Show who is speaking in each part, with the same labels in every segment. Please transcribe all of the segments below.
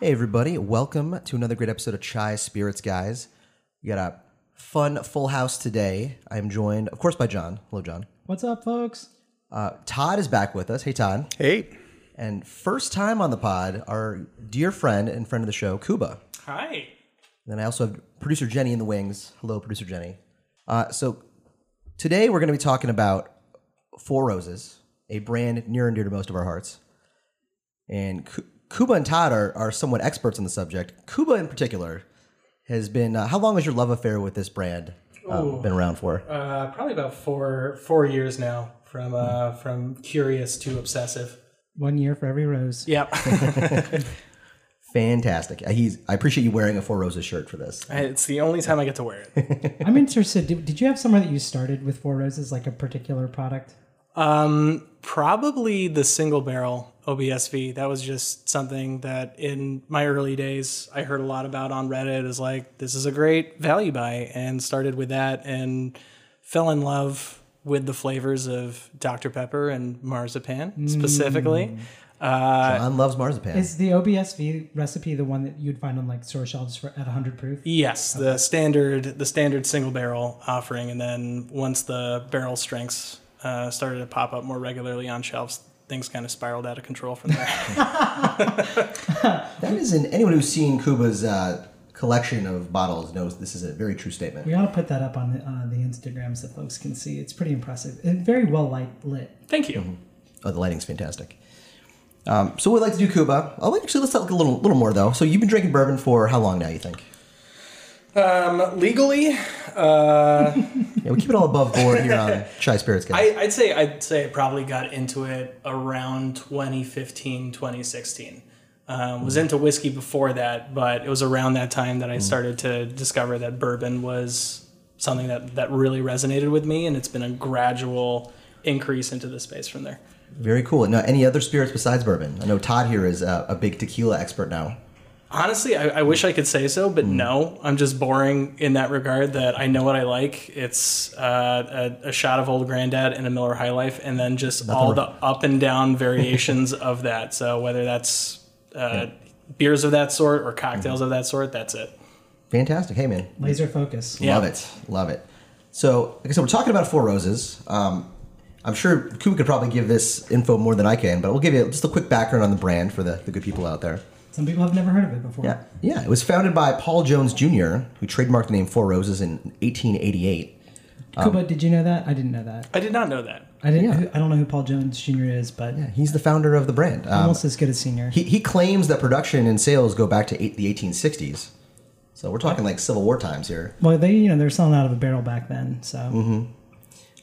Speaker 1: Hey, everybody. Welcome to another great episode of Chai Spirits, guys. We got a fun, full house today. I'm joined, of course, by John. Hello, John.
Speaker 2: What's up, folks?
Speaker 1: Uh, Todd is back with us. Hey, Todd.
Speaker 3: Hey.
Speaker 1: And first time on the pod, our dear friend and friend of the show, Kuba.
Speaker 4: Hi.
Speaker 1: Then I also have producer Jenny in the wings. Hello, producer Jenny. Uh, so today we're going to be talking about Four Roses, a brand near and dear to most of our hearts. And Ku- Kuba and Todd are, are somewhat experts on the subject. Kuba, in particular, has been. Uh, how long has your love affair with this brand um, been around for?
Speaker 4: Uh, probably about four four years now, from uh, from curious to obsessive.
Speaker 2: One year for every rose.
Speaker 4: Yep.
Speaker 1: Fantastic. Uh, He's. I appreciate you wearing a Four Roses shirt for this.
Speaker 4: it's the only time I get to wear it.
Speaker 2: I'm interested. Did, did you have somewhere that you started with four roses, like a particular product?
Speaker 4: Um, probably the single barrel OBSV. That was just something that in my early days I heard a lot about on Reddit. Is like this is a great value buy, and started with that, and fell in love with the flavors of Dr Pepper and marzipan specifically. Uh,
Speaker 1: John loves marzipan.
Speaker 2: Is the OBSV recipe the one that you'd find on like store shelves for at 100 proof?
Speaker 4: Yes, the standard the standard single barrel offering, and then once the barrel strengths uh, started to pop up more regularly on shelves, things kind of spiraled out of control from there.
Speaker 1: That is, in anyone who's seen Kuba's uh, collection of bottles knows this is a very true statement.
Speaker 2: We ought to put that up on the, uh, the Instagram so folks can see. It's pretty impressive and very well light lit.
Speaker 4: Thank you.
Speaker 1: Oh, the lighting's fantastic. Um, so we'd like to do Cuba. Oh, wait, actually, let's talk a little, little more though. So you've been drinking bourbon for how long now? You think?
Speaker 4: Um, legally, uh,
Speaker 1: Yeah, we keep it all above board here on Chai Spirits, guys.
Speaker 4: I, I'd say I'd say I probably got into it around 2015, 2016. Um, was into whiskey before that, but it was around that time that I started to discover that bourbon was something that that really resonated with me, and it's been a gradual increase into the space from there.
Speaker 1: Very cool. Now, any other spirits besides bourbon? I know Todd here is a, a big tequila expert now.
Speaker 4: Honestly, I, I wish I could say so, but no, I'm just boring in that regard. That I know what I like. It's uh, a, a shot of Old Grandad and a Miller High Life, and then just all the
Speaker 1: wrong.
Speaker 4: up and down variations of that. So whether that's uh, beers of that sort or cocktails of that sort, that's it.
Speaker 1: Fantastic. Hey, man.
Speaker 2: Laser focus.
Speaker 4: Yeah.
Speaker 1: Love it. Love it. So, like I said, we're talking about Four Roses. Um, I'm sure Kuba could probably give this info more than I can, but we'll give you just a quick background on the brand for the, the good people out there.
Speaker 2: Some people have never heard of it before.
Speaker 1: Yeah, yeah. It was founded by Paul Jones Jr., who trademarked the name Four Roses in 1888. um,
Speaker 2: Kuba, did you know that? I didn't know that.
Speaker 4: I did not know that.
Speaker 2: I didn't. I don't know who Paul Jones Jr. is, but
Speaker 1: He's the founder of the brand. Um,
Speaker 2: almost as good as senior.
Speaker 1: he, he claims that production and sales go back to eight, the 1860s. So we're talking like Civil War times here.
Speaker 2: well, they you know they're selling out of a barrel back then, so
Speaker 1: Mm-hmm.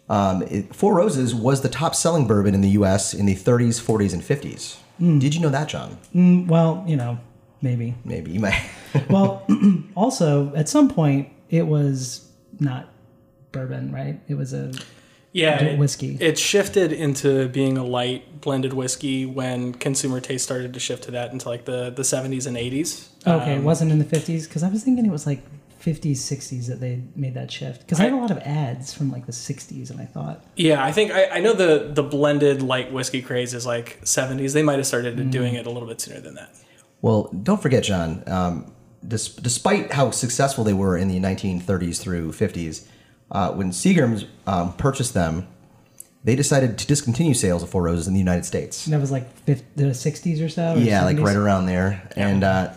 Speaker 1: Um, it- Four Roses was the top selling bourbon in the U.S. in the 30s, 40s, and 50s. Did you know that, John?
Speaker 2: Mm, well you know maybe.
Speaker 1: Maybe you might.
Speaker 2: Well, also at some point it was not bourbon, right? It was a
Speaker 4: Yeah,
Speaker 2: Adult
Speaker 4: it-
Speaker 2: whiskey.
Speaker 4: It shifted into being a light blended whiskey when consumer taste started to shift to that into like the the 70s and 80s.
Speaker 2: okay. it um, wasn't in the fifties because I was thinking it was like fifties, sixties that they made that shift. Because I, had a lot of ads from like the sixties, and I thought
Speaker 4: Yeah, I think I, I know the the blended light whiskey craze is like 70s. They might have started doing it a little bit sooner than that.
Speaker 1: Well, don't forget, John. Um, dis- despite how successful they were in the 1930s through 50s, uh, when Seagram's um, purchased them, they decided to discontinue sales of Four Roses in the United States.
Speaker 2: that was like 50, the sixties or so. Or
Speaker 1: Yeah, like
Speaker 2: 70s.
Speaker 1: right around there, and uh,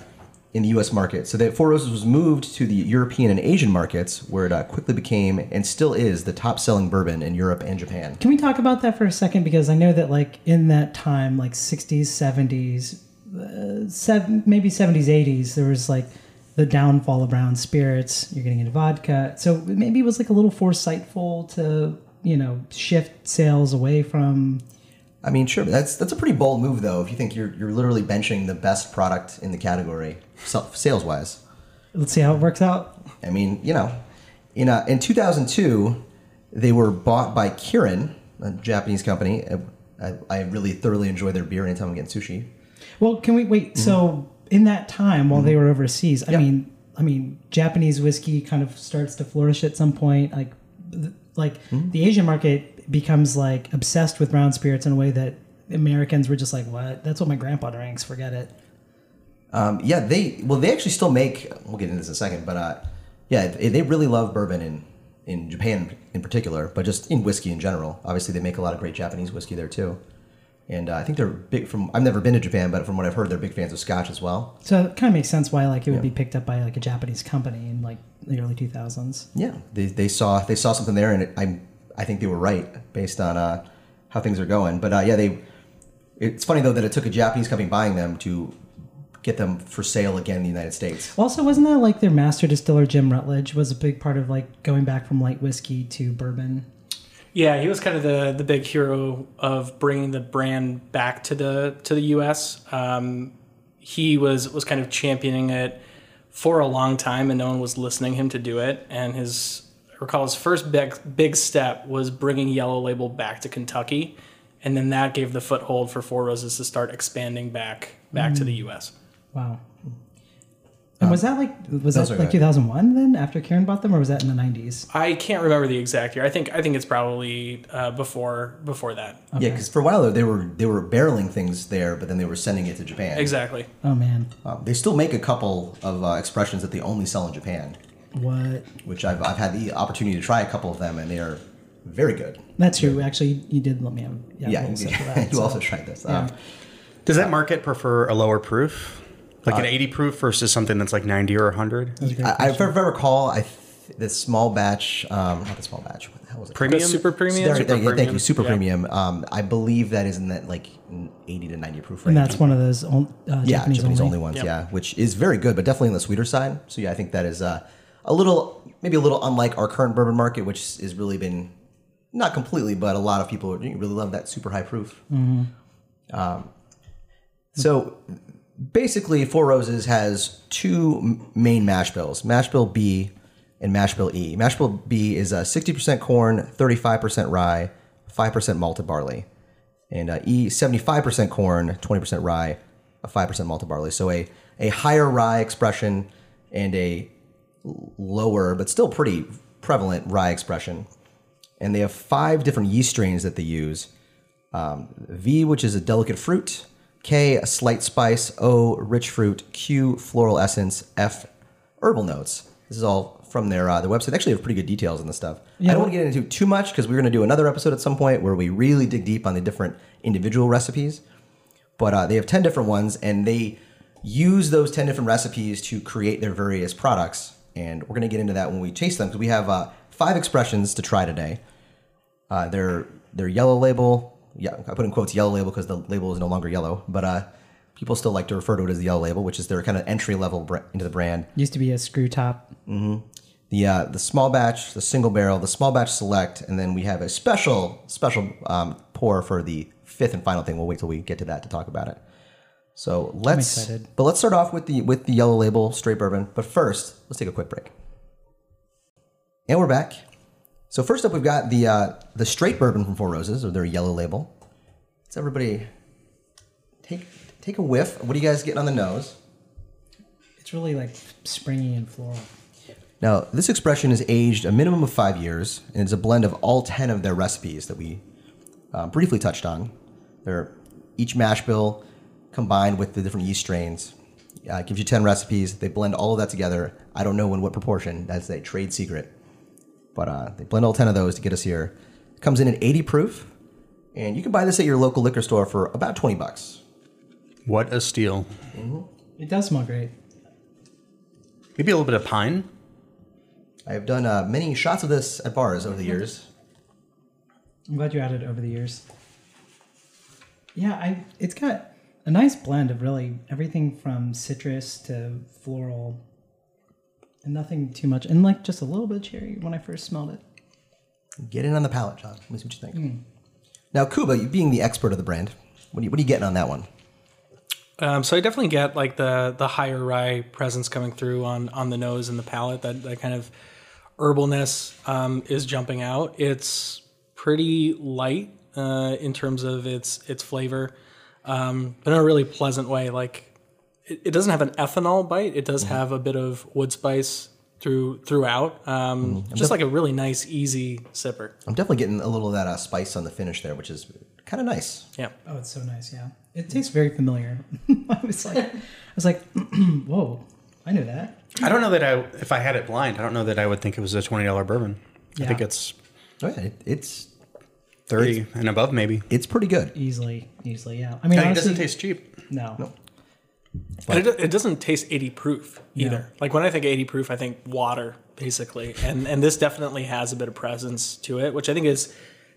Speaker 1: in the U.S. market. So that Four Roses was moved to the European and Asian markets, where it uh, quickly became and still is the top-selling bourbon in Europe and Japan.
Speaker 2: Can we talk about that for a second? Because I know that like in that time, like sixties, seventies, seven maybe seventies, eighties, there was like the downfall of brown spirits. You're getting into vodka, so maybe it was like a little foresightful to you know shift sales away from
Speaker 1: I mean, sure, but that's that's a pretty bold move, though. If you think you're you're literally benching the best product in the category, sales wise.
Speaker 2: Let's see how it works out.
Speaker 1: I mean, you know, in uh, in 2002, they were bought by Kirin, a Japanese company. I- I, I really thoroughly enjoy their beer anytime I'm getting sushi.
Speaker 2: Well, can we wait? So in that time while they were overseas, I mean, I mean, Japanese whiskey kind of starts to flourish at some point. Like, th- like the Asian market becomes like obsessed with brown spirits in a way that Americans were just like, what? That's what my grandpa drinks. Forget it.
Speaker 1: Um, yeah, they well, they actually still make. We'll get into this in a second, but uh, yeah, they they really love bourbon in in Japan in particular, but just in whiskey in general. Obviously, they make a lot of great Japanese whiskey there too, and uh, I think they're big. From I've never been to Japan, but from what I've heard, they're big fans of Scotch as well.
Speaker 2: So it kind of makes sense why like it would be picked up by like a Japanese company in like the early 2000s.
Speaker 1: Yeah, they, they saw they saw something there, and it, I I think they were right based on uh, how things are going. But uh, yeah, they. It's funny though that it took a Japanese company buying them to get them for sale again in the United States.
Speaker 2: Also, wasn't that like their master distiller Jim Rutledge was a big part of like going back from light whiskey to bourbon?
Speaker 4: Yeah, he was kind of the the big hero of bringing the brand back to the to the U.S. Um, he was was kind of championing it for a long time, and no one was listening him to do it. And his I recall his first big big step was bringing Yellow Label back to Kentucky, and then that gave the foothold for Four Roses to start expanding back back to the U.S.
Speaker 2: Wow.
Speaker 1: Um,
Speaker 2: And was that like was
Speaker 1: no,
Speaker 2: that
Speaker 1: sorry,
Speaker 2: like
Speaker 1: go ahead.
Speaker 2: 2001 then after Karen bought them or was that in the 90s?
Speaker 4: I can't remember the exact year. I think I think it's probably uh, before before that.
Speaker 1: Yeah, because for a while there, they were they were barreling things there, but then they were sending it to Japan.
Speaker 4: Exactly.
Speaker 2: Oh man,
Speaker 1: Um, they still make a couple of uh, expressions that they only sell in Japan,
Speaker 2: what?
Speaker 1: which I've I've had the opportunity to try a couple of them, and they are very good.
Speaker 2: That's true. Actually, you did let me have
Speaker 1: Yeah,
Speaker 2: little
Speaker 1: you,
Speaker 2: sip of that,
Speaker 1: you
Speaker 2: so.
Speaker 1: also tried this. Um,
Speaker 3: Does that market prefer a lower proof, like an 80 proof versus something that's like 90 or 100?
Speaker 1: I, I, if I recall, I th- the small batch, um, not the small batch. What the hell was it?
Speaker 3: Premium,
Speaker 4: The super premium.
Speaker 1: There- there- yeah, thank
Speaker 3: premium.
Speaker 1: you, super
Speaker 4: Yeah.
Speaker 1: premium. Um, I believe that is in that like eighty to ninety proof range.
Speaker 2: And that's one of those on, uh,
Speaker 1: yeah,
Speaker 2: Japanese,
Speaker 1: Japanese only,
Speaker 2: only.
Speaker 1: ones. Yeah, which is very good, but definitely on the sweeter side. So yeah, I think that is uh, a little, maybe a little unlike our current bourbon market, which has really been not completely, but a lot of people really love that super high proof. Um,
Speaker 2: Mm-hmm.
Speaker 1: so basically, Four Roses has two m- main mash bills: mash bill B and mash bill E. Mash bill B is uh, 60% corn, 35% rye, 5% malted barley and uh, E seventy five percent corn, twenty percent rye, a five percent malted barley. So a a higher rye expression and a l- lower but still pretty prevalent rye expression. And they have five different yeast strains that they use. Um, v, which is a delicate fruit. K, a slight spice. O, rich fruit. Q, floral essence. F, herbal notes. This is all from their uh, their website. They actually have pretty good details on this stuff. I don't want to get into too much because we're going to do another episode at some point where we really dig deep on the different individual recipes. But uh, they have ten different ones, and they use those ten different recipes to create their various products. And we're going to get into that when we taste them because we have uh, five expressions to try today. Uh, their their yellow label. Yeah, I put in quotes yellow label because the label is no longer yellow, but uh, people still like to refer to it as the yellow label, which is their kind of entry level br- into the brand.
Speaker 2: Used to be a screw top.
Speaker 1: The uh, the small batch, the single barrel, the small batch select, and then we have a special special um, pour for the fifth and final thing. We'll wait till we get to that to talk about it. So let's
Speaker 2: excited.
Speaker 1: but let's start off with the with the yellow label straight bourbon. But first, let's take a quick break. And we're back. So first up, we've got the uh, the straight bourbon from Four Roses, or their yellow label. Let's everybody take take a whiff. What are you guys getting on the nose?
Speaker 2: It's really like springy and floral.
Speaker 1: Now, this expression is aged a minimum of five years, and it's a blend of all 10 of their recipes that we uh, briefly touched on. They're each mash bill combined with the different yeast strains uh, gives you 10 recipes. They blend all of that together. I don't know in what proportion, that's a trade secret. But uh, they blend all 10 of those to get us here. It comes in at 80 proof, and you can buy this at your local liquor store for about 20 bucks.
Speaker 3: What a steal.
Speaker 2: It does smell great.
Speaker 3: Maybe a little bit of pine.
Speaker 1: I have done uh, many shots of this at bars over the years.
Speaker 2: I'm glad you added over the years. Yeah, I it's got a nice blend of really everything from citrus to floral, and nothing too much, and like just a little bit of cherry when I first smelled it.
Speaker 1: Get in on the palate, John. Let me see what you think. Now, Kuba, you being the expert of the brand, what are you, what are you getting on that one?
Speaker 4: Um, so I definitely get like the the higher rye presence coming through on on the nose and the palate. That that kind of herbalness um, is jumping out. It's pretty light uh, in terms of its its flavor, um, but in a really pleasant way. Like it, it doesn't have an ethanol bite. It does have a bit of wood spice through throughout. Um, Just like a really nice, easy sipper.
Speaker 1: I'm definitely getting a little of that uh, spice on the finish there, which is kind of nice.
Speaker 4: Yeah.
Speaker 2: Oh, it's so nice. Yeah, it tastes very familiar. I was like, was like, whoa, I knew that.
Speaker 3: I don't know that I if I had it blind, I don't know that I would think it was a twenty dollar bourbon. I
Speaker 2: Yeah.
Speaker 3: think it's
Speaker 1: Oh, yeah, it, it's
Speaker 3: thirty and above maybe.
Speaker 1: it's pretty good.
Speaker 2: Easily, easily, yeah. I mean,
Speaker 3: And it
Speaker 2: honestly,
Speaker 3: doesn't taste cheap.
Speaker 2: no.
Speaker 4: And it, do- it doesn't taste 80 proof either. Like when I think 80 proof, I think water basically, and and this definitely has a bit of presence to it, which I think is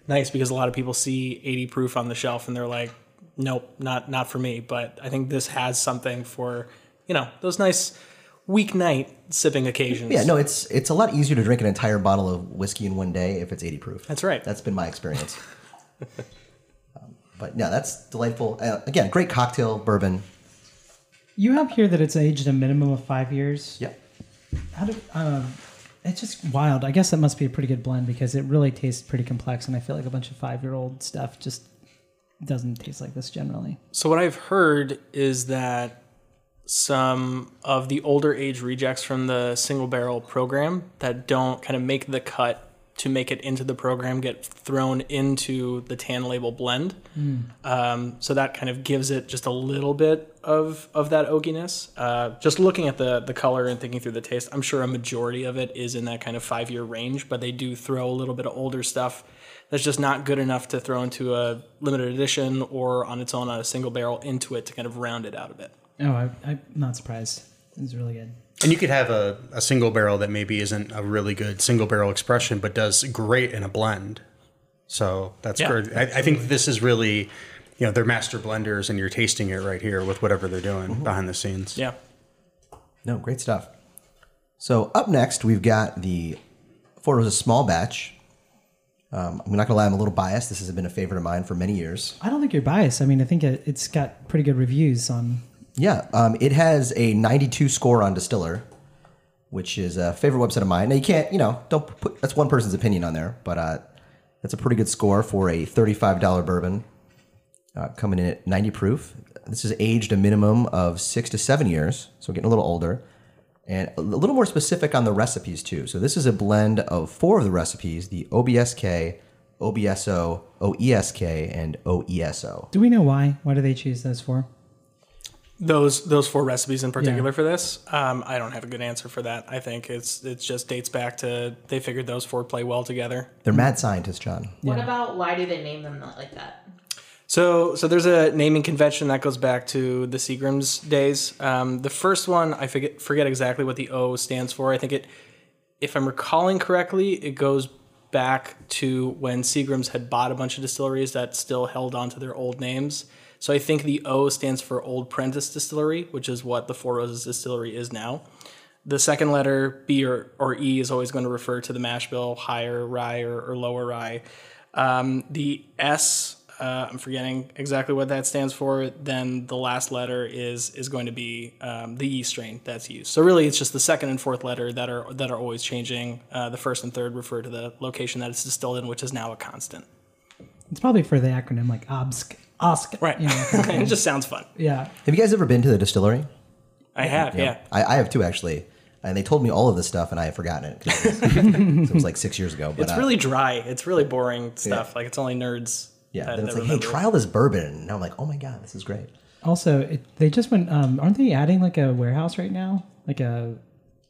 Speaker 4: nice because a lot of people see 80 proof on the shelf and they're like, nope, not not for me. But I think this has something for you know those nice weeknight sipping occasions.
Speaker 1: Yeah, no, it's it's a lot easier to drink an entire bottle of whiskey in one day if it's 80 proof.
Speaker 4: That's right.
Speaker 1: That's been my experience. Um, but no, that's delightful. Uh, again, great cocktail bourbon.
Speaker 2: You have here that it's aged a minimum of five years.
Speaker 1: Yep.
Speaker 2: How do, um, it's just wild. I guess that must be a pretty good blend because it really tastes pretty complex, and I feel like a bunch of five year old stuff just doesn't taste like this generally.
Speaker 4: So what I've heard is that some of the older age rejects from the single barrel program that don't kind of make the cut to make it into the program get thrown into the tan label blend. Um, so that kind of gives it just a little bit of of that oakiness. Uh, just looking at the the color and thinking through the taste, I'm sure a majority of it is in that kind of five year range, but they do throw a little bit of older stuff that's just not good enough to throw into a limited edition or on its own on a single barrel into it to kind of round it out a bit.
Speaker 2: Oh, I, I'm not surprised. It's really good.
Speaker 3: And you could have a, a single barrel that maybe isn't a really good single barrel expression, but does great in a blend. So that's
Speaker 4: Yeah,
Speaker 3: good. I, I think this is really, you know, they're master blenders and you're tasting it right here with whatever they're doing behind the scenes.
Speaker 4: Yeah.
Speaker 1: No, great stuff. So up next, we've got the Four Roses Small Batch. Um, I'm not gonna lie, I'm a little biased. This has been a favorite of mine for many years.
Speaker 2: I don't think you're biased. I mean, I think it, it's got pretty good reviews on.
Speaker 1: Yeah, um, it has a 92 score on Distiller, which is a favorite website of mine. Now you can't, you know, don't put that's one person's opinion on there, but uh, that's a pretty good score for a $35 bourbon uh, coming in at 90 proof. This is aged a minimum of six to seven years, so getting a little older, and a little more specific on the recipes too. So this is a blend of four of the recipes: the OBSK, OBSO, OESK, E and E OESO.
Speaker 2: Do we know why? Why do they choose those four?
Speaker 4: Those those four recipes in particular for this, um, I don't have a good answer for that. I think it's it just dates back to they figured those four play well together.
Speaker 1: They're mad scientists, John.
Speaker 5: What about why do they name them not like that?
Speaker 4: So, so there's a naming convention that goes back to the Seagram's days. Um, the first one, I forget forget exactly what the O stands for. I think it, if I'm recalling correctly, it goes back to when Seagram's had bought a bunch of distilleries that still held on to their old names. So I think the O stands for Old Prentice Distillery, which is what the Four Roses Distillery is now. The second letter, B or, or E, is always going to refer to the mash bill, higher rye or, or lower rye. Um, the S, uh, I'm forgetting exactly what that stands for. Then the last letter is is going to be um, the E strain that's used. So really, it's just the second and fourth letter that are that are always changing. Uh, the first and third refer to the location that it's distilled in, which is now a constant.
Speaker 2: It's probably for the acronym like OBSC. OSC.
Speaker 4: Right.
Speaker 2: You know, kind of
Speaker 4: it
Speaker 2: thing.
Speaker 4: just sounds fun.
Speaker 2: yeah.
Speaker 1: Have you guys ever been to the distillery?
Speaker 4: I have, yeah.
Speaker 1: I, I have too, actually. And they told me all of this stuff, and I had forgotten it. 'cause It was, it was like six years ago. But
Speaker 4: It's
Speaker 1: uh,
Speaker 4: really dry. It's really boring stuff. Like it's only nerds.
Speaker 1: yeah.
Speaker 4: that-
Speaker 1: then it's
Speaker 4: that
Speaker 1: like, hey,
Speaker 4: remember it.
Speaker 1: try all this bourbon. And I'm like, oh my god, this is great.
Speaker 2: Also, it, they just went. Um, aren't they adding like a warehouse right now? Like a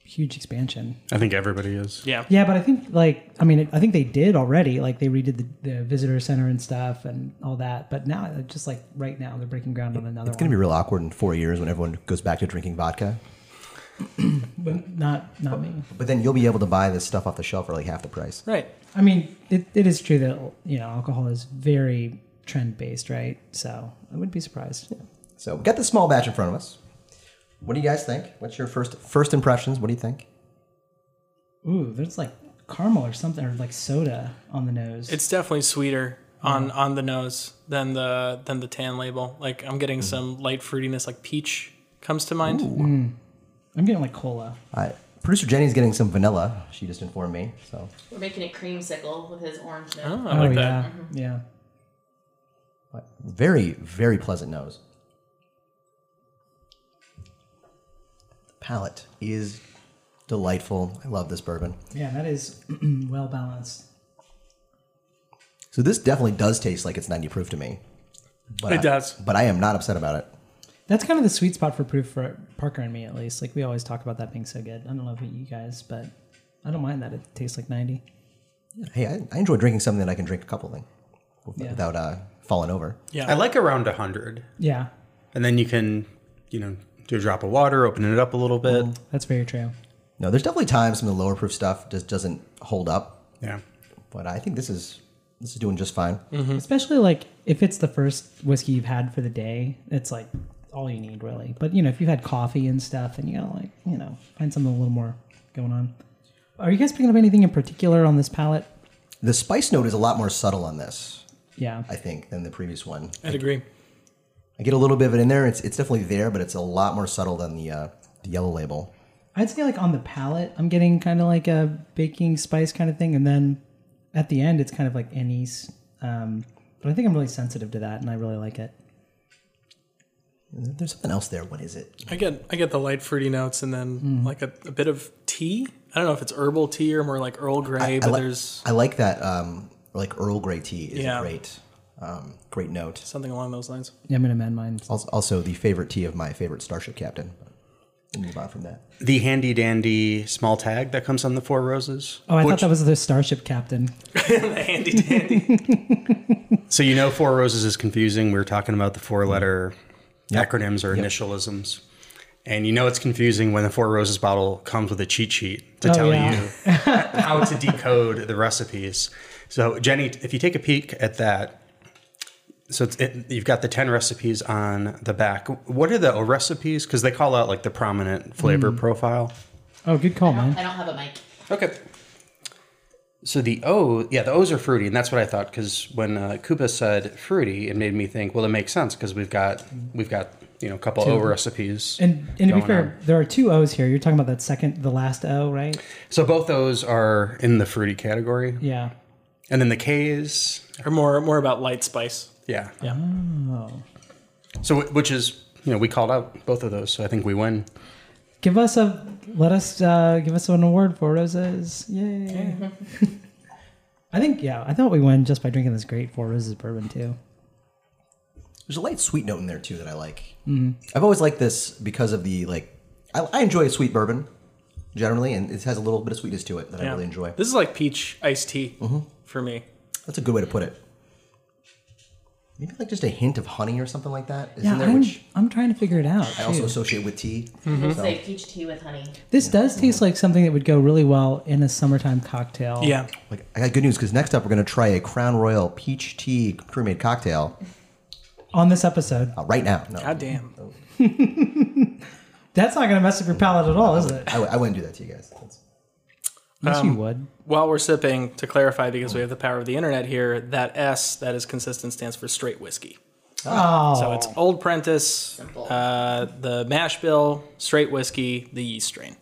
Speaker 2: huge expansion.
Speaker 3: I think everybody is.
Speaker 4: Yeah.
Speaker 2: Yeah, but I think like I mean I think they did already. Like they redid the, the visitor center and stuff and all that. But now uh, just like right now they're breaking ground on another
Speaker 1: It's
Speaker 2: one.
Speaker 1: gonna be real awkward in four years when everyone goes back to drinking vodka.
Speaker 2: But not not me.
Speaker 1: But then you'll be able to buy this stuff off the shelf for like half the price.
Speaker 4: Right.
Speaker 2: I mean it, it is true that you know alcohol is very trend based, right? So I wouldn't be surprised.
Speaker 1: So we got this small batch in front of us. What do you guys think? What's your first first impressions? What do you think?
Speaker 2: Ooh, there's like caramel or something or like soda on the nose.
Speaker 4: It's definitely sweeter on
Speaker 1: Mm-hmm.
Speaker 4: on the nose than the than the tan label. Like I'm getting
Speaker 1: Mm-hmm.
Speaker 4: some light fruitiness, like peach comes to mind. Mm,
Speaker 2: I'm getting like cola.
Speaker 1: Uh, Producer Jenny's getting some vanilla. She just informed me. So
Speaker 5: We're making a creamsicle with his orange note.
Speaker 4: Oh, I like
Speaker 2: oh
Speaker 4: that.
Speaker 2: yeah, yeah.
Speaker 1: but very very pleasant nose. The palate is delightful. I love this bourbon.
Speaker 2: Yeah, that is well balanced.
Speaker 1: So this definitely does taste like it's 90 proof to me. But
Speaker 4: It
Speaker 1: I-
Speaker 4: does.
Speaker 1: But I am not upset about it.
Speaker 2: That's kind of the sweet spot for proof for Parker and me, at least. Like we always talk about that being so good. I don't know about you guys, but I don't mind that it tastes like ninety.
Speaker 1: Hey, I, I enjoy drinking something that I can drink a couple things without uh, falling over.
Speaker 4: Yeah.
Speaker 3: I like around 100.
Speaker 2: Yeah,
Speaker 3: And then you can, you know, do a drop of water, open it up a little bit.
Speaker 2: that's very true.
Speaker 1: No, there's definitely times when the lower proof stuff just doesn't hold up,
Speaker 3: Yeah.
Speaker 1: but I think this is this is doing just fine.
Speaker 4: Mm.
Speaker 2: Especially like if it's the first whiskey you've had for the day, it's like all you need really. But you know, if you've had coffee and stuff, and you gotta like you know find something a little more going on. Are you guys picking up anything in particular on this palette?
Speaker 1: The spice note is a lot more subtle on this,
Speaker 2: Yeah,
Speaker 1: I think, than the previous one.
Speaker 4: I'd agree.
Speaker 1: I get a little bit of it in there. It's it's definitely there, but it's a lot more subtle than the uh, the yellow label.
Speaker 2: I'd say like on the palate, I'm getting kind of like a baking spice kind of thing, and then at the end, it's kind of like anise. Um, but I think I'm really sensitive to that, and I really like it.
Speaker 1: There's something else there. What is it?
Speaker 4: I get I get the light fruity notes and then
Speaker 1: Mm-hmm.
Speaker 4: like a, a bit of tea. I don't know if it's herbal tea or more like Earl Grey, but
Speaker 1: I like
Speaker 4: there's
Speaker 1: I like that um, like Earl Grey tea is
Speaker 4: Yeah.
Speaker 1: a great um, great note.
Speaker 4: something along those lines.
Speaker 2: Yeah, I'm gonna amend mine.
Speaker 1: Also, also the favorite tea of my favorite starship captain. We'll move on from that.
Speaker 3: The handy dandy small tag that comes on the Four Roses.
Speaker 2: Oh, I
Speaker 3: Which-
Speaker 2: thought that was the starship captain.
Speaker 4: the handy dandy.
Speaker 3: So you know, Four Roses is confusing. We were talking about the four-letter acronyms or initialisms, and you know it's confusing when the Four Roses bottle comes with a cheat sheet to
Speaker 2: Oh,
Speaker 3: tell
Speaker 2: yeah.
Speaker 3: you how to decode the recipes. So Jenny, if you take a peek at that, so it's, it, you've got the ten recipes on the back. What are the recipes? Because they call out like the prominent flavor
Speaker 2: Mm.
Speaker 3: profile.
Speaker 2: Oh, good call,
Speaker 5: I don't,
Speaker 2: man.
Speaker 5: I don't have a mic.
Speaker 3: Okay. So the O, yeah, the O's are fruity, and that's what I thought because when uh, Koopa said fruity, it made me think. Well, it makes sense because we've got we've got you know a couple O recipes.
Speaker 2: And and to be
Speaker 3: going
Speaker 2: fair,
Speaker 3: on.
Speaker 2: there are two O's here. You're talking about that second, the last O, right?
Speaker 3: so both O's are in the fruity category,
Speaker 2: Yeah.
Speaker 3: and then the K's,
Speaker 4: or more more about light spice.
Speaker 3: yeah,
Speaker 4: Yeah.
Speaker 1: Mm-hmm.
Speaker 2: Oh.
Speaker 3: So wh- which is you know we called out both of those, so I think we win.
Speaker 2: Give us a let us uh, give us an award for roses. Yay. I think yeah, I thought we win just by drinking this great four roses bourbon too.
Speaker 1: There's a light sweet note in there too that I like. I've always liked this because of the like. I, I enjoy a sweet bourbon generally, and it has a little bit of sweetness to it that I
Speaker 4: Yeah.
Speaker 1: really enjoy. Mm-hmm.
Speaker 4: This is like peach iced tea for me.
Speaker 1: That's a good way to put it. Maybe like just a hint of honey or something like that is
Speaker 2: Yeah,
Speaker 1: in there,
Speaker 2: I'm,
Speaker 1: which
Speaker 2: I'm trying to figure it out.
Speaker 1: I also
Speaker 2: too.
Speaker 1: associate with tea.
Speaker 5: It's like peach tea with honey.
Speaker 2: this does taste like something that would go really well in a summertime
Speaker 1: Oh.
Speaker 2: cocktail.
Speaker 4: Yeah.
Speaker 1: Like I got good news because next up we're gonna try a Crown Royal peach tea crewmate cocktail
Speaker 2: On this episode,
Speaker 1: uh, right now. No,
Speaker 4: God damn.
Speaker 2: that's not going to mess up your palate at all, is it?
Speaker 1: I, w- I wouldn't do that to you guys. That's-
Speaker 2: Yes, you would.
Speaker 4: While we're sipping, to clarify, because we have the power of the internet here, that S that is consistent stands for straight whiskey.
Speaker 2: Oh,
Speaker 4: So it's Old Prentice,
Speaker 5: Simple.
Speaker 4: uh, the mash bill, straight whiskey, the yeast strain.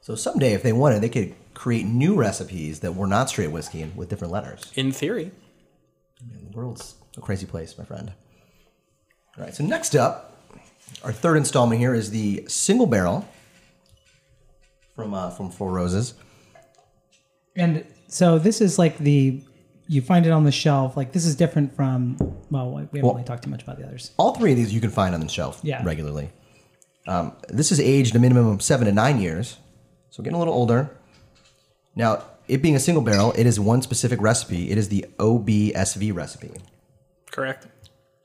Speaker 1: so someday if they wanted, they could create new recipes that were not straight whiskey and with different letters.
Speaker 4: In theory,
Speaker 1: The world's a crazy place, my friend. All right. So next up, our third installment here is the single barrel from uh, from Four Roses.
Speaker 2: and so this is like the you find it on the shelf. Like this is different from well, we haven't
Speaker 1: Well-
Speaker 2: really talked too much about the others.
Speaker 1: all three of these you can find on the shelf
Speaker 2: Yeah.
Speaker 1: regularly. Um, this is aged a minimum of seven to nine years, so getting a little older. Now, it being a single barrel, it is one specific recipe. It is the OBSV recipe.
Speaker 4: correct?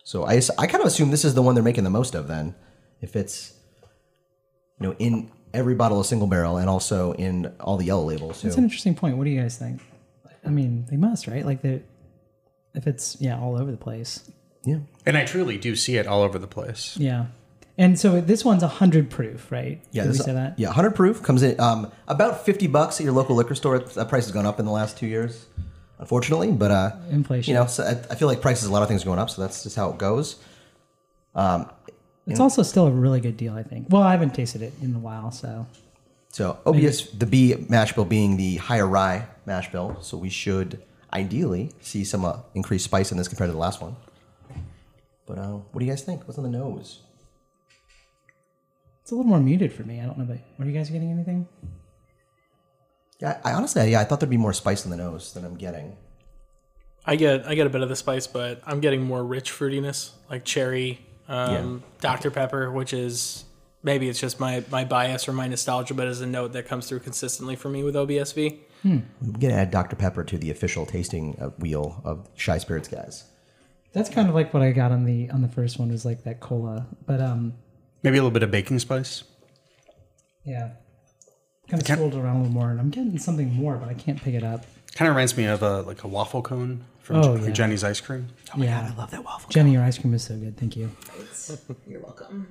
Speaker 1: So I, ass- I kind of assume this is the one they're making the most of then, if it's you know in every bottle of single barrel and also in all the yellow labels.
Speaker 2: That's an
Speaker 1: Too.
Speaker 2: interesting point. What do you guys think? I mean, they must, right? Like they, if it's yeah, all over the place.
Speaker 1: Yeah,
Speaker 3: And I truly do see it all over the place.
Speaker 2: Yeah, and so this one's hundred proof, right?
Speaker 1: yeah.
Speaker 2: Did we
Speaker 1: this-
Speaker 2: say that?
Speaker 1: Yeah, hundred proof comes in um, about fifty bucks at your local liquor store. That price has gone up in the last two years, unfortunately. But uh,
Speaker 2: Inflation.
Speaker 1: you know, so I, I feel like prices, a lot of things are going up, so that's just how it goes.
Speaker 2: It's also still a really good deal, I think. Well, I haven't tasted it in a while, so
Speaker 1: So OBS, the B mash bill being the higher rye mash bill, so we should ideally see some uh, increased spice in this compared to the last one. But uh, what do you guys think? What's on the nose?
Speaker 2: it's a little more muted for me. I don't know, but are you guys getting anything?
Speaker 1: Yeah, I honestly, yeah, I thought there'd be more spice in the nose than I'm getting.
Speaker 4: I get I get a bit of the spice, but I'm getting more rich fruitiness, like cherry, um, Dr. Pepper, which is maybe it's just my, my bias or my nostalgia, but is a note that comes through consistently for me with OBSV.
Speaker 1: I'm gonna add Dr Pepper to the official tasting uh, wheel of Shy Spirits guys.
Speaker 2: That's kind of like what I got on the on the first one was like that cola, but um,
Speaker 3: Maybe a little bit of baking spice.
Speaker 2: yeah, kind of swirled around a little more, and I'm getting something more, but I can't pick it up.
Speaker 3: Kind of reminds me of a like a waffle cone from
Speaker 2: Oh,
Speaker 3: Je-
Speaker 2: yeah. Oh,
Speaker 3: Jenny's ice cream.
Speaker 2: yeah, I love that waffle. Jenny, your ice cream is so good. Thank you.
Speaker 5: You're welcome.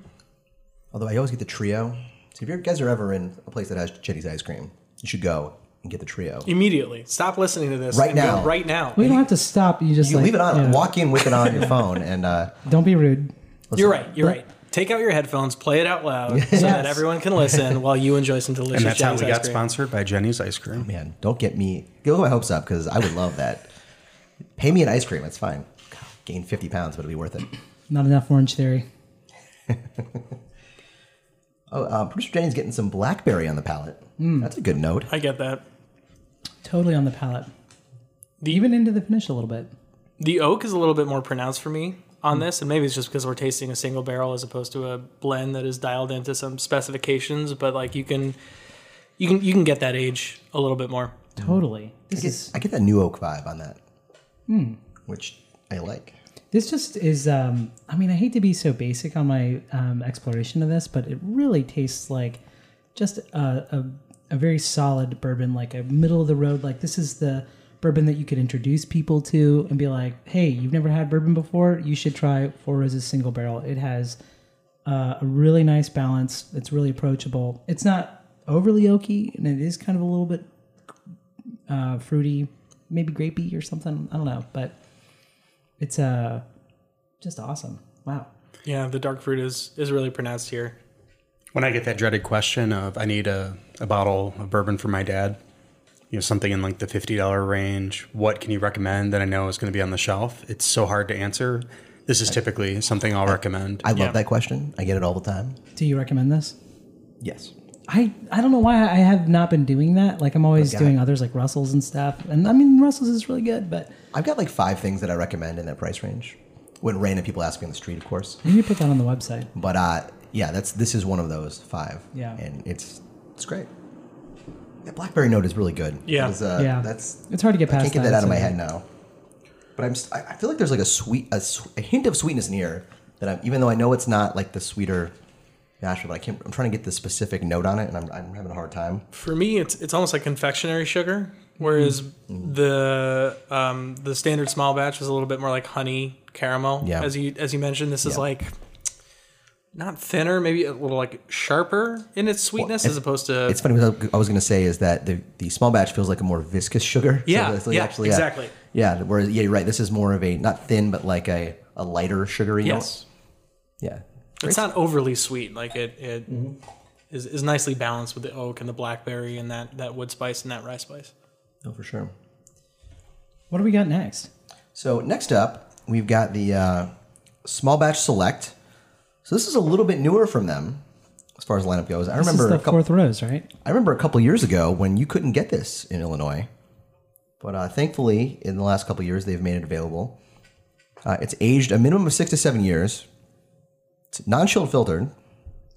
Speaker 1: Although I always get the trio. So if you guys are ever in a place that has Chetty's ice cream, you should go and get the trio.
Speaker 4: Immediately. Stop listening to this.
Speaker 1: Right
Speaker 4: and go
Speaker 1: now.
Speaker 4: Right now.
Speaker 2: We don't have to stop. You just
Speaker 1: You
Speaker 2: like,
Speaker 1: leave it on.
Speaker 2: yeah.
Speaker 1: Walk in with it on your phone, and uh,
Speaker 2: Don't be rude.
Speaker 4: You're right. You're right. Take out your headphones, play it out loud so that everyone can listen while you enjoy some delicious
Speaker 3: And that's how
Speaker 4: Jenny's
Speaker 3: we
Speaker 4: ice
Speaker 3: got
Speaker 4: cream.
Speaker 3: sponsored by Jenny's ice cream.
Speaker 1: man, don't get me go my hopes up because I would love that. Pay me an ice cream. That's fine. God, gain fifty pounds, but it'll be worth it.
Speaker 2: Not enough Orange Theory.
Speaker 1: Oh, uh, producer Jenny's getting some blackberry on the palate.
Speaker 2: Hmm.
Speaker 1: That's a good note.
Speaker 4: I get that.
Speaker 2: Totally on the palate. Even into the finish a little bit.
Speaker 4: The oak is a little bit more pronounced for me on this, and maybe it's just because we're tasting a single barrel as opposed to a blend that is dialed into some specifications. But like you can, you can you can get that age a little bit more.
Speaker 2: Totally. This
Speaker 1: I
Speaker 2: is Hmm.
Speaker 1: get, I get that new oak vibe on that, which I like.
Speaker 2: this just is. Um, I mean, I hate to be so basic on my um, exploration of this, but it really tastes like just a, a, a very solid bourbon, like a middle of the road. Like this is the bourbon that you could introduce people to and be like, "Hey, you've never had bourbon before? You should try Four Roses Single Barrel. It has uh, a really nice balance. It's really approachable. It's not overly oaky, and it is kind of a little bit uh, fruity, maybe grapey or something. I don't know, but it's uh, just awesome. Wow.
Speaker 4: Yeah, the dark fruit is is really pronounced here.
Speaker 3: When I get that dreaded question of I need a, a bottle of bourbon for my dad, you know, something in like the fifty dollar range, what can you recommend that I know is gonna be on the shelf? It's so hard to answer. This is typically something I'll recommend.
Speaker 1: I love that question. I get it all the time.
Speaker 2: Do you recommend this?
Speaker 1: Yes.
Speaker 2: I, I don't know why I have not been doing that. Like I'm always
Speaker 1: Okay.
Speaker 2: doing others like Russell's and stuff. And I mean Russell's is really good, but
Speaker 1: I've got like five things that I recommend in that price range. When random people ask me on the street, of course.
Speaker 2: you need to put that on the website.
Speaker 1: But uh, yeah, that's this is one of those five.
Speaker 2: Yeah.
Speaker 1: and it's it's great. That blackberry note is really good.
Speaker 4: Yeah.
Speaker 1: It is, uh,
Speaker 2: yeah,
Speaker 1: that's
Speaker 2: it's hard to get
Speaker 1: I
Speaker 2: past.
Speaker 1: can't get that out of
Speaker 2: so-
Speaker 1: my head now. But I'm st- I I feel like there's like a sweet a, s- a hint of sweetness in here that I'm even though I know it's not like the sweeter mash, but I can't. I'm trying to get the specific note on it, and I'm, I'm having a hard time.
Speaker 4: For me, it's it's almost like confectionery sugar, whereas
Speaker 1: Mm.
Speaker 4: the um, the standard small batch was a little bit more like honey caramel.
Speaker 1: Yeah.
Speaker 4: As you as you mentioned, this is
Speaker 1: Yeah.
Speaker 4: like not thinner, maybe a little like sharper in its sweetness as opposed to
Speaker 1: It's funny. What I was going to say is that the the small batch feels like a more viscous sugar.
Speaker 4: Yeah,
Speaker 1: it's
Speaker 4: yeah, exactly.
Speaker 1: Yeah, whereas yeah, you're right. This is more of a not thin, but like a a lighter sugary. note.
Speaker 4: yes.
Speaker 1: Yeah.
Speaker 4: It's not overly sweet. Like it it is
Speaker 1: Mm-hmm.
Speaker 4: is, nicely balanced with the oak and the blackberry and that that wood spice and that rye spice.
Speaker 1: No, for sure.
Speaker 2: What do we got next?
Speaker 1: So next up, we've got the uh, small batch select. So this is a little bit newer from them as far as lineup goes. I
Speaker 2: This
Speaker 1: remember
Speaker 2: is the
Speaker 1: a couple,
Speaker 2: fourth rose, right?
Speaker 1: I remember a couple years ago when you couldn't get this in Illinois, but uh, thankfully in the last couple years they've made it available. Uh, it's aged a minimum of six to seven years. It's non-chilled filtered.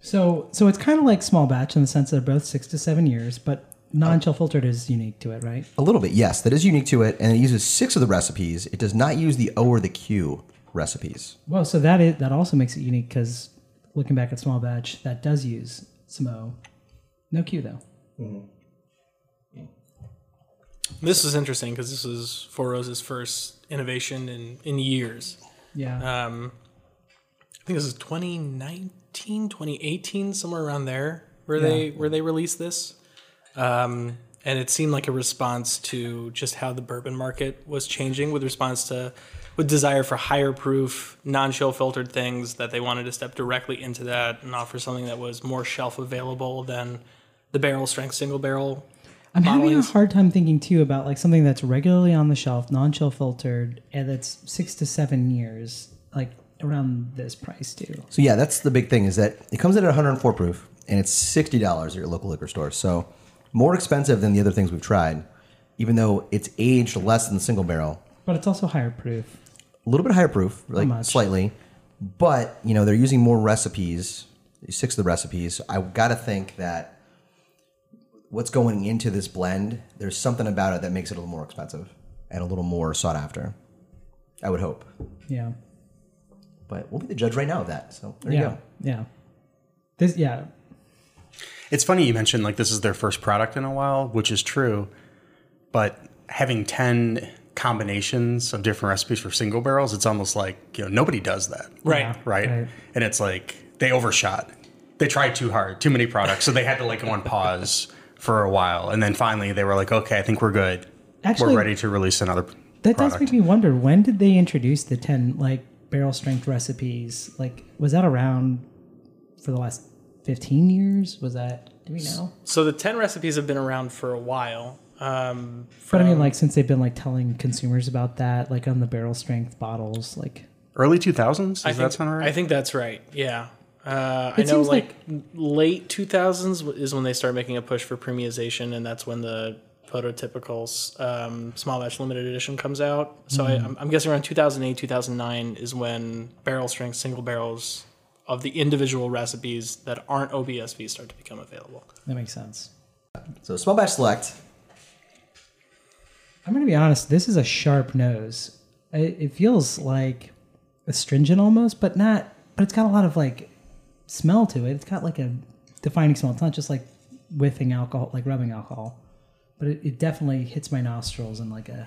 Speaker 2: So so it's kind of like small batch in the sense they're both six to seven years, but non-chill filtered is unique to it, right?
Speaker 1: A little bit, yes. That is unique to it, and it uses six of the recipes. It does not use the O or the Q recipes.
Speaker 2: Well, so that is that also makes it unique because looking back at small batch, that does use some O. No Q though.
Speaker 4: This is interesting because this is Four Roses' first innovation in in years.
Speaker 2: Yeah.
Speaker 4: um, I think this is 2019, 2018, somewhere around there, where they where they released this, um, and it seemed like a response to just how the bourbon market was changing with response to with desire for higher proof, non chill filtered things that they wanted to step directly into that and offer something that was more shelf available than the barrel strength single barrel.
Speaker 2: I'm having a
Speaker 4: bottlings.
Speaker 2: hard time thinking too about like something that's regularly on the shelf, non-chill filtered, and that's six to seven years, like around this price too.
Speaker 1: So yeah, that's the big thing is that it comes in at 104 proof and it's sixty dollars at your local liquor store. So more expensive than the other things we've tried, even though it's aged less than single barrel.
Speaker 2: But it's also higher proof.
Speaker 1: A little bit higher proof, like
Speaker 2: much?
Speaker 1: slightly, But you know, they're using more recipes, six of the recipes. I gotta think that what's going into this blend, there's something about it that makes it a little more expensive and a little more sought after. I would hope.
Speaker 2: Yeah.
Speaker 1: But we'll be the judge right now of that. So there you
Speaker 2: Yeah.
Speaker 1: go.
Speaker 2: Yeah. This yeah.
Speaker 3: It's funny you mentioned like this is their first product in a while, which is true, but having 10 combinations of different recipes for single barrels, it's almost like, you know, nobody does that.
Speaker 4: Right.
Speaker 2: Yeah.
Speaker 3: Right.
Speaker 2: Right.
Speaker 3: And it's like they overshot. They tried too hard, too many products. So they had to like go on pause for a while. And then finally they were like, okay, I think we're good.
Speaker 2: Actually-
Speaker 3: we're ready to release another p-
Speaker 2: That does
Speaker 3: product.
Speaker 2: make me wonder when did they introduce the 10 like barrel strength recipes? Like was that around for the last 15 years? Was that do we know?
Speaker 4: So the ten recipes have been around for a while. Um,
Speaker 2: But I mean like since they've been like telling consumers about that like on the barrel strength bottles like
Speaker 3: Early 2000s? Does
Speaker 4: I
Speaker 3: that
Speaker 4: think,
Speaker 3: sound right?
Speaker 4: I think that's right. Yeah. Uh, I
Speaker 2: It
Speaker 4: know,
Speaker 2: seems
Speaker 4: like, late 2000s is when they start making a push for premiumization, and that's when the prototypical um, small batch limited edition comes out. So I, I'm, I'm guessing around 2008, 2009 is when barrel strength single barrels of the individual recipes that aren't OBSV start to become available.
Speaker 2: that makes sense.
Speaker 1: So small batch select.
Speaker 2: I'm going to be honest, this is a sharp nose. It, it feels like astringent almost, but not but it's got a lot of like smell to it. It's got like a defining smell. It's not just like whiffing alcohol, like rubbing alcohol. But it, it definitely hits my nostrils in like a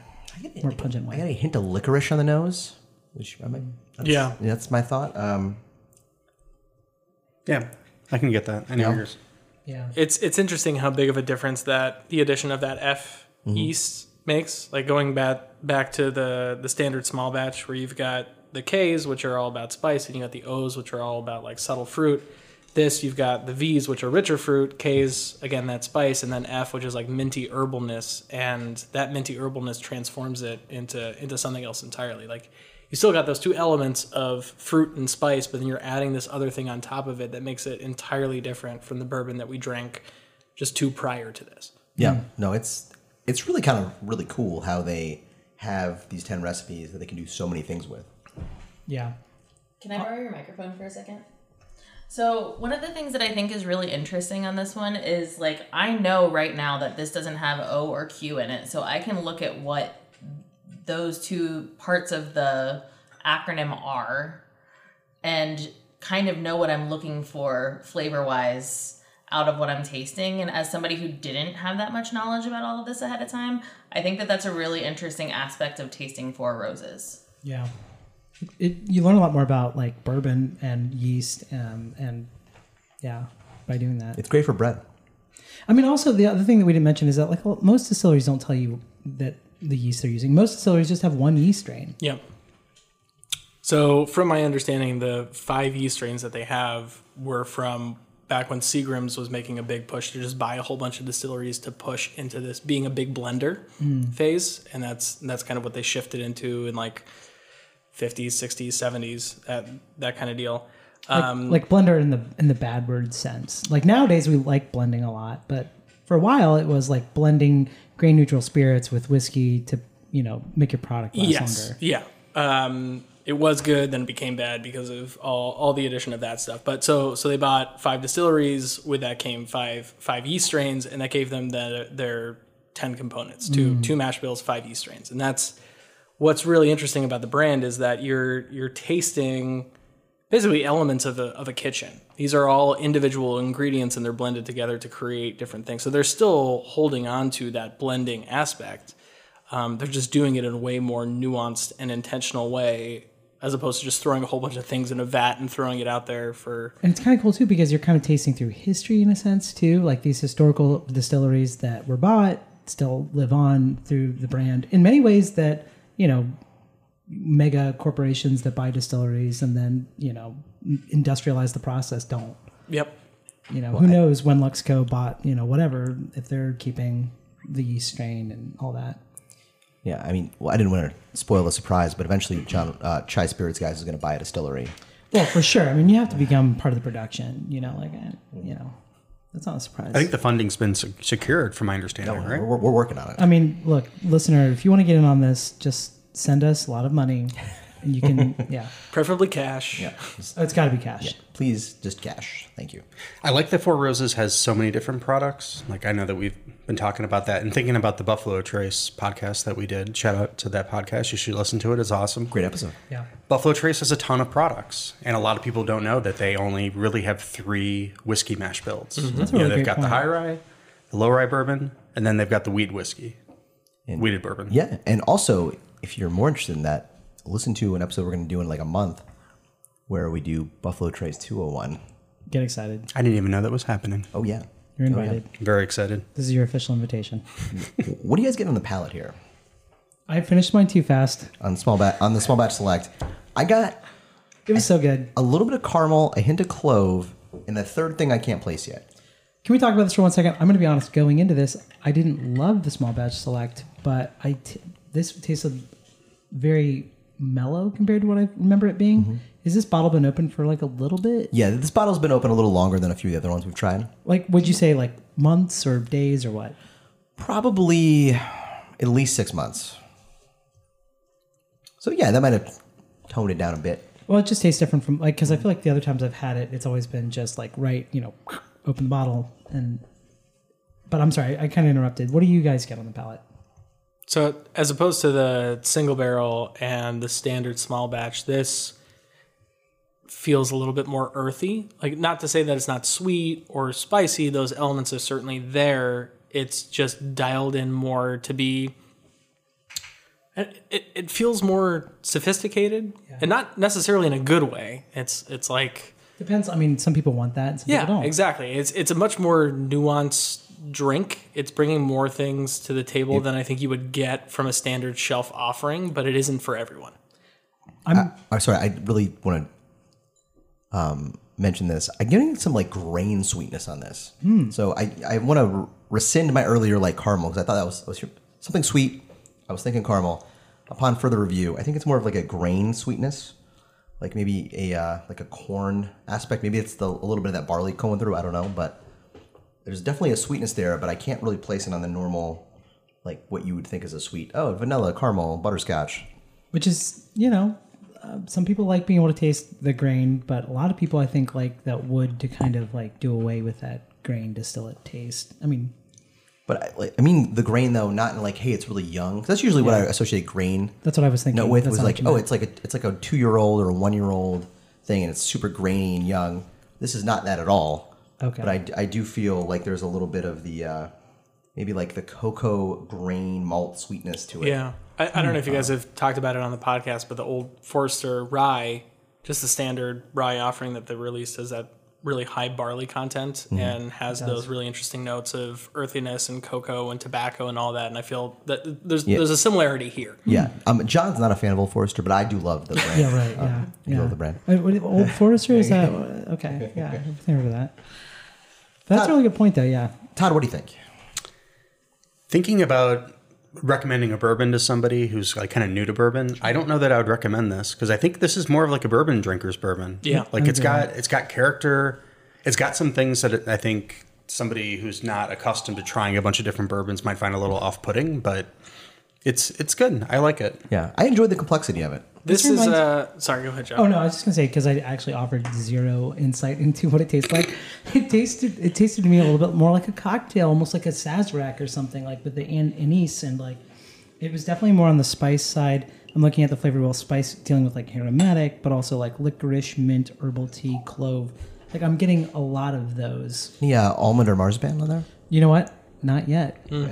Speaker 2: more pungent
Speaker 1: I got
Speaker 2: way.
Speaker 1: a hint of licorice on the nose, which I might. That's,
Speaker 4: Yeah.
Speaker 1: that's my thought. Um,
Speaker 3: yeah. I can get that. I know yours.
Speaker 2: Yeah.
Speaker 4: It's it's interesting how big of a difference that the addition of that F East makes. Like going back back to the the standard small batch where you've got the K's which are all about spice and you got the O's which are all about like subtle fruit. This you've got the V's which are richer fruit, K's again that spice, and then F which is like minty herbalness, and that minty herbalness transforms it into into something else entirely. Like you still got those two elements of fruit and spice, but then you're adding this other thing on top of it that makes it entirely different from the bourbon that we drank just two prior to this.
Speaker 1: Yeah. No, it's it's really kind of really cool how they have these ten recipes that they can do so many things with.
Speaker 2: Yeah.
Speaker 5: Can I borrow your microphone for a second? So, one of the things that I think is really interesting on this one is like, I know right now that this doesn't have O or Q in it, so I can look at what those two parts of the acronym are and kind of know what I'm looking for flavor wise out of what I'm tasting. And as somebody who didn't have that much knowledge about all of this ahead of time, I think that that's a really interesting aspect of tasting Four Roses.
Speaker 2: Yeah. It, you learn a lot more about like bourbon and yeast and, and yeah, by doing that.
Speaker 1: It's great for bread.
Speaker 2: I mean, also the other thing that we didn't mention is that like most distilleries don't tell you that the yeast they're using. Most distilleries just have one yeast strain.
Speaker 4: Yep. So, from my understanding, the five E strains that they have were from back when Seagram's was making a big push to just buy a whole bunch of distilleries to push into this being a big blender phase, and that's that's kind of what they shifted into in like 50s, 60s, 70s, that that kind of deal.
Speaker 2: like blender in the in the bad word sense. Like nowadays we like blending a lot, but for a while it was like blending grain neutral spirits with whiskey to you know make your product last longer.
Speaker 4: Yeah. Um, it was good, then it became bad because of all, all the addition of that stuff. But so so they bought five distilleries. With that came five five yeast strains, and that gave them the, their ten components: two two mash bills, five yeast strains, and that's what's really interesting about the brand is that you're you're tasting basically elements of a, of a kitchen. These are all individual ingredients and they're blended together to create different things. So they're still holding on to that blending aspect. Um, they're just doing it in a way more nuanced and intentional way as opposed to just throwing a whole bunch of things in a vat and throwing it out there for
Speaker 2: And it's kind of cool too because you're kind of tasting through history in a sense too. Like these historical distilleries that were bought still live on through the brand in many ways that you know mega corporations that buy distilleries and then you know industrialize the process don't.
Speaker 4: yep
Speaker 2: You know who knows when Luxco bought you know whatever if they're keeping the yeast strain and all that.
Speaker 1: Yeah, I mean, well, I didn't want to spoil the surprise, but eventually, John uh, Chai Spirits guys is going to buy a distillery.
Speaker 2: Well, for sure. I mean, you have to become part of the production. You know, like I- you know, that's not a surprise.
Speaker 3: I think the funding's been se- secured from my understanding, right?
Speaker 1: We're, we're working on it.
Speaker 2: I mean, look, listener, if you want to get in on this, just send us a lot of money and you can yeah.
Speaker 4: Preferably cash.
Speaker 1: Yeah.
Speaker 2: Oh, it's got to be cash.
Speaker 1: Please just cash. Thank you.
Speaker 3: I like that Four Roses has so many different products. Like I know that we've been talking about that and thinking about the Buffalo Trace podcast that we did. Shout out to that podcast. You should listen to it. It's awesome.
Speaker 1: Great episode.
Speaker 2: Yeah.
Speaker 3: Buffalo Trace has a ton of products, and a lot of people don't know that they only really have three whiskey mash builds.
Speaker 1: Mm-hmm.
Speaker 2: That's a
Speaker 3: You know,
Speaker 2: really
Speaker 3: they've
Speaker 2: great
Speaker 3: got the
Speaker 2: point.
Speaker 3: high rye, the low rye bourbon, and then they've got the weed whiskey,
Speaker 1: And-
Speaker 3: weeded bourbon.
Speaker 1: Yeah, and also if you're more interested in that, listen to an episode we're going to do in like a month where we do Buffalo Trace 201.
Speaker 2: Get excited.
Speaker 3: I didn't even know that was happening.
Speaker 1: Oh yeah,
Speaker 2: You're
Speaker 1: Oh, yeah.
Speaker 2: invited.
Speaker 3: Very excited.
Speaker 2: This is your official invitation.
Speaker 1: What do you guys get on the palette here
Speaker 2: I finished mine too fast.
Speaker 1: on small batch on the small batch select? I got
Speaker 2: It was so good.
Speaker 1: a little bit of caramel, a hint of clove, and the third thing I can't place yet.
Speaker 2: Can we talk about this for one second? I'm going to be honest. Going into this, I didn't love the small batch select, but I t- this tasted very mellow compared to what I remember it being. Is this bottle been open for like a little bit?
Speaker 1: Yeah, this bottle's been open a little longer than a few of the other ones we've tried.
Speaker 2: Like, would you say like months or days or what?
Speaker 1: Probably at least six months. So yeah, that might have toned it down a bit.
Speaker 2: Well, it just tastes different from like because
Speaker 1: Mm.
Speaker 2: I feel like the other times I've had it, it's always been just like right, you know, open the bottle and. But I'm sorry, I kind of interrupted. What do you guys get on the palate?
Speaker 4: So as opposed to the single barrel and the standard small batch, this feels a little bit more earthy. Like not to say that it's not sweet or spicy, those elements are certainly there. It's just dialed in more to be it, it, it feels more sophisticated and not necessarily in a good way. It's it's like
Speaker 2: Depends. I mean, some people want that, and some people
Speaker 4: yeah,
Speaker 2: don't.
Speaker 4: exactly. It's it's a much more nuanced drink. It's bringing more things to the table than I think you would get from a standard shelf offering, but it isn't for everyone.
Speaker 1: I'm sorry, I really want to um, mention this. I'm getting some like grain sweetness on this. So I, I want to rescind my earlier like caramel because I thought that was, was something sweet. I was thinking caramel. Upon further review, I think it's more of like a grain sweetness, like maybe a uh, like a corn aspect. Maybe it's the, a little bit of that barley going through. I don't know, but there's definitely a sweetness there, but I can't really place it on the normal, like what you would think is a sweet. Oh, vanilla, caramel, butterscotch.
Speaker 2: Which is, you know, uh, some people like being able to taste the grain, but a lot of people I think like that wood to kind of like do away with that grain distillate taste. I mean,
Speaker 1: But I, like, I mean, the grain though, not in like, hey, it's really young. 'Cause That's usually what I associate grain
Speaker 2: that's what I was thinking.
Speaker 1: no with
Speaker 2: That's
Speaker 1: was
Speaker 2: not
Speaker 1: like,
Speaker 2: what you
Speaker 1: oh,
Speaker 2: meant.
Speaker 1: it's like a it's like a two year old or a one year old thing, and it's super grainy and young. This is not that at all.
Speaker 2: Okay.
Speaker 1: But I, I do feel like there's a little bit of the uh, maybe like the cocoa grain malt sweetness to it.
Speaker 4: Yeah. Hmm. I, I don't know if you guys have talked about it on the podcast, but the old Forster rye, just the standard rye offering that they released has that really high barley content and has those really interesting notes of earthiness and cocoa and tobacco and all that. And I feel that there's there's a similarity here.
Speaker 1: Yeah. Um, John's not a fan of Old Forester, but I do love the brand.
Speaker 2: yeah, right, yeah,
Speaker 1: you
Speaker 2: yeah.
Speaker 1: love the brand.
Speaker 2: Uh, what- Old Forester is that okay? Yeah, I can remember that. That's a really good point, though. Yeah,
Speaker 1: Todd, what do you think?
Speaker 3: Thinking about recommending a bourbon to somebody who's like kind of new to bourbon, I don't know that I would recommend this because I think this is more of like a bourbon drinker's bourbon.
Speaker 4: Yeah.
Speaker 3: like it's got it's got character, it's got some things that it, I think somebody who's not accustomed to trying a bunch of different bourbons might find a little off-putting, but it's it's good. I like it.
Speaker 1: Yeah, I enjoyed the complexity of it.
Speaker 4: This, is
Speaker 2: reminds-
Speaker 4: uh sorry, go ahead, John.
Speaker 2: Oh no, I was just gonna say because I actually offered zero insight into what it tastes like. It tasted it tasted to me a little bit more like a cocktail, almost like a sazerac or something, like with the an- anise and like it was definitely more on the spice side. I'm looking at the flavor well spice, dealing with like aromatic, but also like licorice, mint, herbal tea, clove. Like I'm getting a lot of those.
Speaker 1: Any uh, almond or marzipan on there?
Speaker 2: You know what? Not yet,
Speaker 1: Hmm.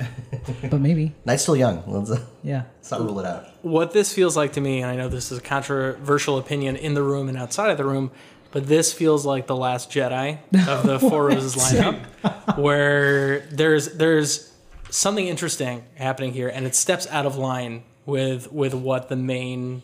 Speaker 2: but maybe.
Speaker 1: Night's still young. Let's, uh, let's
Speaker 2: Yeah.
Speaker 1: not rule it out.
Speaker 4: what this feels like to me, and I know this is a controversial opinion in the room and outside of the room, but this feels like the last Jedi of the Four Roses lineup, where there's there's something interesting happening here, and it steps out of line with with what the main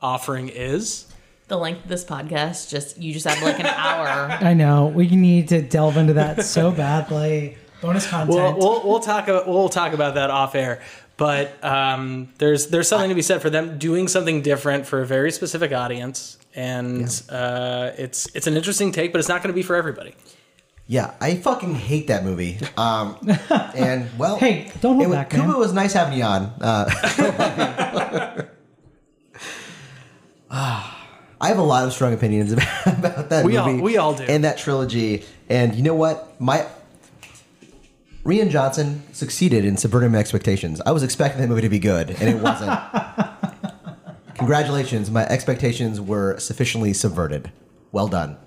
Speaker 4: offering is.
Speaker 5: The length of this podcast, just you just have like an hour.
Speaker 2: I know we need to delve into that so badly. Bonus content.
Speaker 4: Well, we'll, we'll talk about we'll talk about that off air. But um, there's there's something to be said for them doing something different for a very specific audience, and uh, it's it's an interesting take, but it's not going to be for everybody.
Speaker 1: Yeah, I fucking hate that movie. Um, and well,
Speaker 2: Hey, don't hold
Speaker 1: it was,
Speaker 2: back,
Speaker 1: Kubo
Speaker 2: man.
Speaker 1: was nice having you on. Uh, I have a lot of strong opinions about that
Speaker 4: We all-
Speaker 1: movie.
Speaker 4: we all do.
Speaker 1: And that trilogy. And you know what? My Rian Johnson succeeded in subverting my expectations. I was expecting that movie to be good, and it wasn't. Congratulations, my expectations were sufficiently subverted. Well done.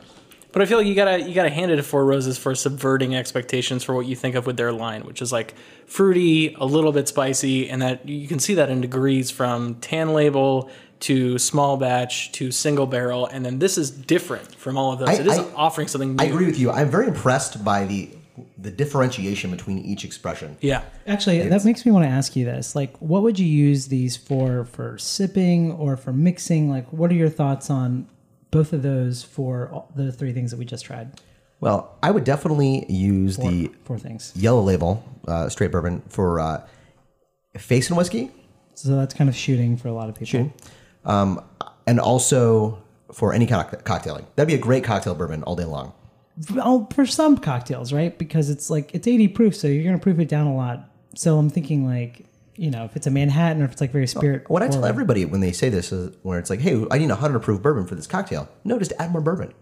Speaker 4: But I feel like you gotta you gotta hand it to Four Roses for subverting expectations for what you think of with their line, which is like fruity, a little bit spicy, and that you can see that in degrees from tan label to small batch to single barrel, and then this is different from all of those.
Speaker 1: I-
Speaker 4: it is
Speaker 1: I-
Speaker 4: offering something new.
Speaker 1: I agree with you. I'm very impressed by the the differentiation between each expression.
Speaker 4: Yeah.
Speaker 2: Actually, that makes me want to ask you this. Like, what would you use these for for sipping or for mixing? Like, what are your thoughts on both of those for all, the three things that we just tried?
Speaker 1: Well, I would definitely use
Speaker 2: Four,
Speaker 1: the
Speaker 2: four things.
Speaker 1: yellow label uh, straight bourbon for uh, face and whiskey.
Speaker 2: So that's kind of shooting for a lot of people.
Speaker 1: and also for any kind of cocktailing. That'd be a great cocktail bourbon all day long.
Speaker 2: Well, oh, for some cocktails, right? Because it's like it's 80 proof, so you're going to proof it down a lot. So I'm thinking like, you know, if it's a Manhattan or if it's like very spirit.
Speaker 1: What I tell
Speaker 2: forward.
Speaker 1: everybody when they say this is where it's like, "Hey, I need a hundred proof bourbon for this cocktail." No, just add more bourbon.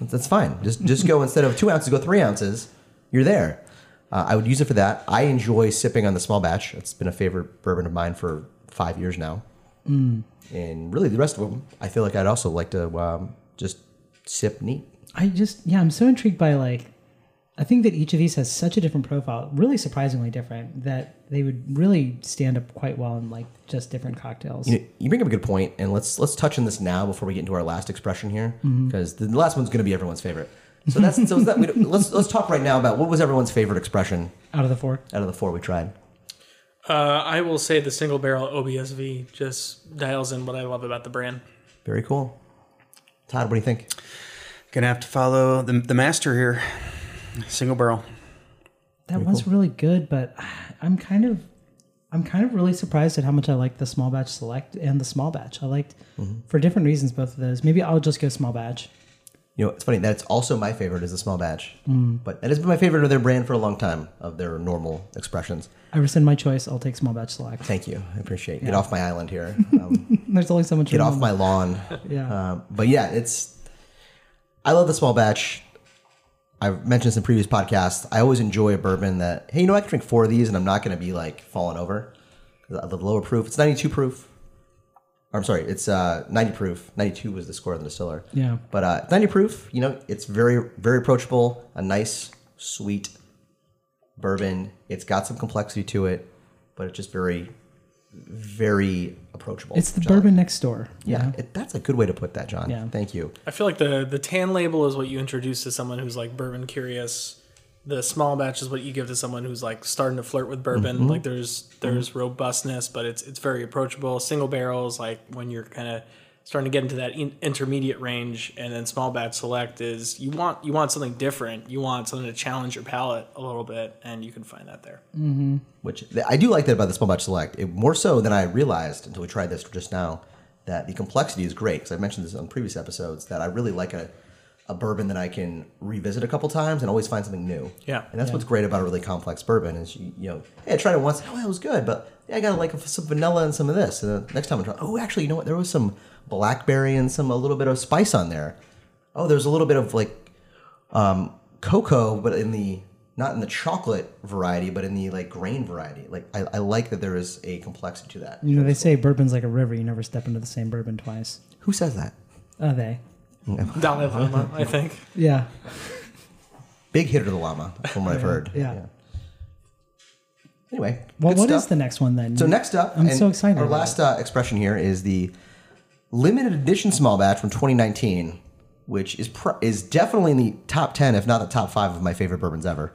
Speaker 1: That's fine. Just just go instead of two ounces, go three ounces. You're there. Uh, I would use it for that. I enjoy sipping on the small batch. It's been a favorite bourbon of mine for five years now. And really, the rest of them, I feel like I'd also like to um, just sip neat.
Speaker 2: I just yeah, I'm so intrigued by like I think that each of these has such a different profile, really surprisingly different, that they would really stand up quite well in like just different cocktails.
Speaker 1: You, you bring up a good point, and let's let's touch on this now before we get into our last expression here, because the last one's going to be everyone's favorite. So that's so is that we don't- let's let's talk right now about what was everyone's favorite expression
Speaker 2: Out of the four.
Speaker 1: out of the four we tried.
Speaker 4: Uh, I will say the single barrel OBSV just dials in what I love about the brand.
Speaker 1: Very cool. Todd, what do you think?
Speaker 3: Gonna have to follow the, the master here. Single barrel.
Speaker 2: That was really good, but I'm kind of I'm kind of really surprised at how much I liked the small batch select and the small batch. I liked
Speaker 1: Mm-hmm.
Speaker 2: for different reasons both of those. Maybe I'll just go small batch.
Speaker 1: You know, it's funny. That's also my favorite is the small batch, but that has been my favorite of their brand for a long time of their normal expressions.
Speaker 2: I rescind my choice. I'll take small batch select.
Speaker 1: Thank you, I appreciate. it. Get off my island here. Um,
Speaker 2: There's only so much.
Speaker 1: get
Speaker 2: room
Speaker 1: off
Speaker 2: on
Speaker 1: my lawn.
Speaker 2: that. Yeah.
Speaker 1: Um, but yeah, it's. I love the small batch. I've mentioned this in previous podcasts. I always enjoy a bourbon that, hey, you know, I can drink four of these and I'm not going to be like falling over. 'Cause The lower proof, it's 92 proof. I'm sorry, it's uh, 90 proof. 92 was the score of the distiller.
Speaker 2: Yeah.
Speaker 1: But uh, 90 proof, you know, it's very, very approachable, a nice, sweet bourbon. It's got some complexity to it, but it's just very, very approachable.
Speaker 2: it's the
Speaker 1: John.
Speaker 2: bourbon next door.
Speaker 1: Yeah, it, that's a good way to put that, John.
Speaker 2: Yeah.
Speaker 1: Thank you.
Speaker 4: I feel like the the tan label is what you introduce to someone who's like bourbon curious. The small batch is what you give to someone who's like starting to flirt with bourbon. Like there's there's robustness, but it's it's very approachable. Single barrels like when you're kind of starting to get into that in- intermediate range, and then small batch select is you want you want something different. You want something to challenge your palate a little bit, and you can find that there.
Speaker 1: Which th- I do like that about the small batch select. It, more so than I realized until we tried this just now. That the complexity is great because I mentioned this on previous episodes. That I really like a, a bourbon that I can revisit a couple times and always find something new.
Speaker 4: Yeah.
Speaker 1: and that's what's great about a really complex bourbon is you, you know, hey, I tried it once. Oh, it was good, but yeah, I got like some vanilla and some of this. And the next time I try, oh, actually, you know what? There was some blackberry and some a little bit of spice on there. Oh, there's a little bit of like cocoa, but in the not in the chocolate variety, but in the like grain variety. Like I, I like that there is a complexity to that.
Speaker 2: You know, they say bourbon's like a river. You never step into the same bourbon twice.
Speaker 1: Who says that?
Speaker 2: Oh, they.
Speaker 4: Dalai Lama, I think.
Speaker 2: Yeah.
Speaker 1: Big hitter to the llama, from what I've heard.
Speaker 2: yeah.
Speaker 1: Anyway,
Speaker 2: Well,
Speaker 1: good
Speaker 2: what is
Speaker 1: stuff.
Speaker 2: the next one then?
Speaker 1: So next up,
Speaker 2: I'm so excited
Speaker 1: Our
Speaker 2: about
Speaker 1: last uh, expression here is the limited edition small batch from 2019, which is pr- is definitely in the top ten, if not the top five, of my favorite bourbons ever.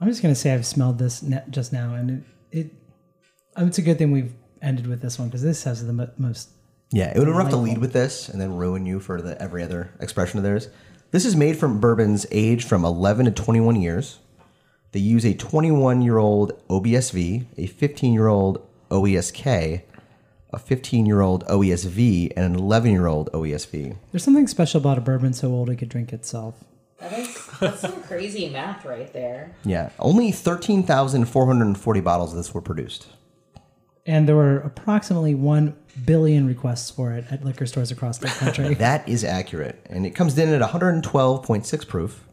Speaker 2: I'm just gonna say I've smelled this ne- just now, and it, it um, it's a good thing we've ended with this one because this has the mo- most.
Speaker 1: Yeah, it would have to lead with this and then ruin you for the every other expression of theirs. This is made from bourbons aged from 11 to 21 years. They use a 21 year old OBSV, a 15 year old OESK, a 15 year old OESV, and an E 11 year old OESV.
Speaker 2: There's something special about a bourbon so old it could drink itself.
Speaker 5: That is that's some crazy math right there.
Speaker 1: Yeah, only 13,440 bottles of this were produced.
Speaker 2: and there were approximately 1 billion requests for it at liquor stores across the country.
Speaker 1: That is accurate, and it comes in at 112.6 proof.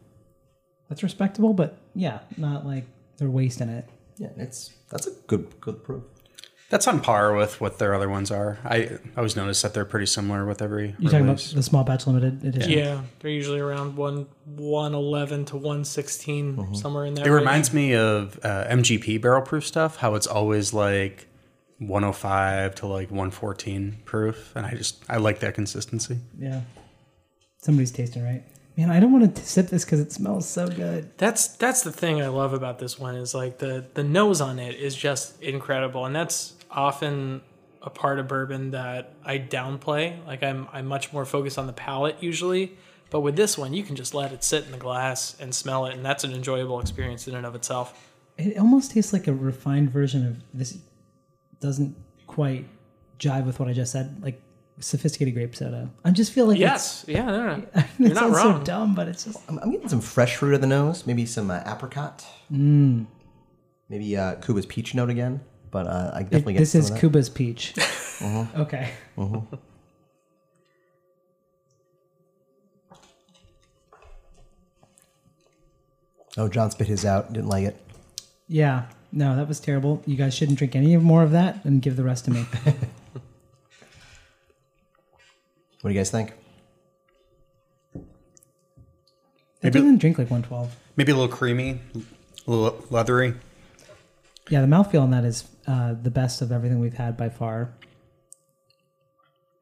Speaker 2: That's respectable, but yeah, not like they're wasting it.
Speaker 1: Yeah, it's that's a good good proof.
Speaker 3: That's on par with what their other ones are. I I always notice that they're pretty similar with every
Speaker 2: You talking about
Speaker 3: release.
Speaker 2: the small batch limited edition?
Speaker 4: Yeah, they're usually around one one eleven to one somewhere in that.
Speaker 3: It
Speaker 4: range.
Speaker 3: reminds me of uh, MGP barrel proof stuff. How it's always like 105 to like 114 proof, and I just I like that consistency.
Speaker 2: Yeah. Somebody's tasting right. Man, I don't want to sip this because it smells so good.
Speaker 4: That's that's the thing I love about this one is like the the nose on it is just incredible, and that's often a part of bourbon that I downplay. Like I'm I'm much more focused on the palate usually, but with this one you can just let it sit in the glass and smell it, and that's an enjoyable experience in and of itself.
Speaker 2: It almost tastes like a refined version of this. Doesn't quite jive with what I just said, like sophisticated grape soda. I just feel like
Speaker 4: Yes, yeah, no, no, no.
Speaker 2: it's,
Speaker 4: you're
Speaker 2: it
Speaker 4: not
Speaker 2: sounds
Speaker 4: wrong.
Speaker 2: so dumb, but it's just
Speaker 1: I'm, I'm getting some fresh fruit of the nose, maybe some uh, apricot,
Speaker 2: Mm.
Speaker 1: maybe uh, Cuba's peach note again. But uh, I definitely get
Speaker 2: this
Speaker 1: some
Speaker 2: is
Speaker 1: of that.
Speaker 2: Cuba's peach.
Speaker 4: Uh-huh.
Speaker 2: Okay,
Speaker 1: Oh, John spit his out. Didn't like it.
Speaker 2: yeah, no, that was terrible. You guys shouldn't drink any more of that and give the rest to me.
Speaker 1: What do you guys think?
Speaker 2: I didn't drink like 112.
Speaker 3: Maybe a little creamy, a little leathery.
Speaker 2: Yeah, the mouthfeel on that is uh, the best of everything we've had by far.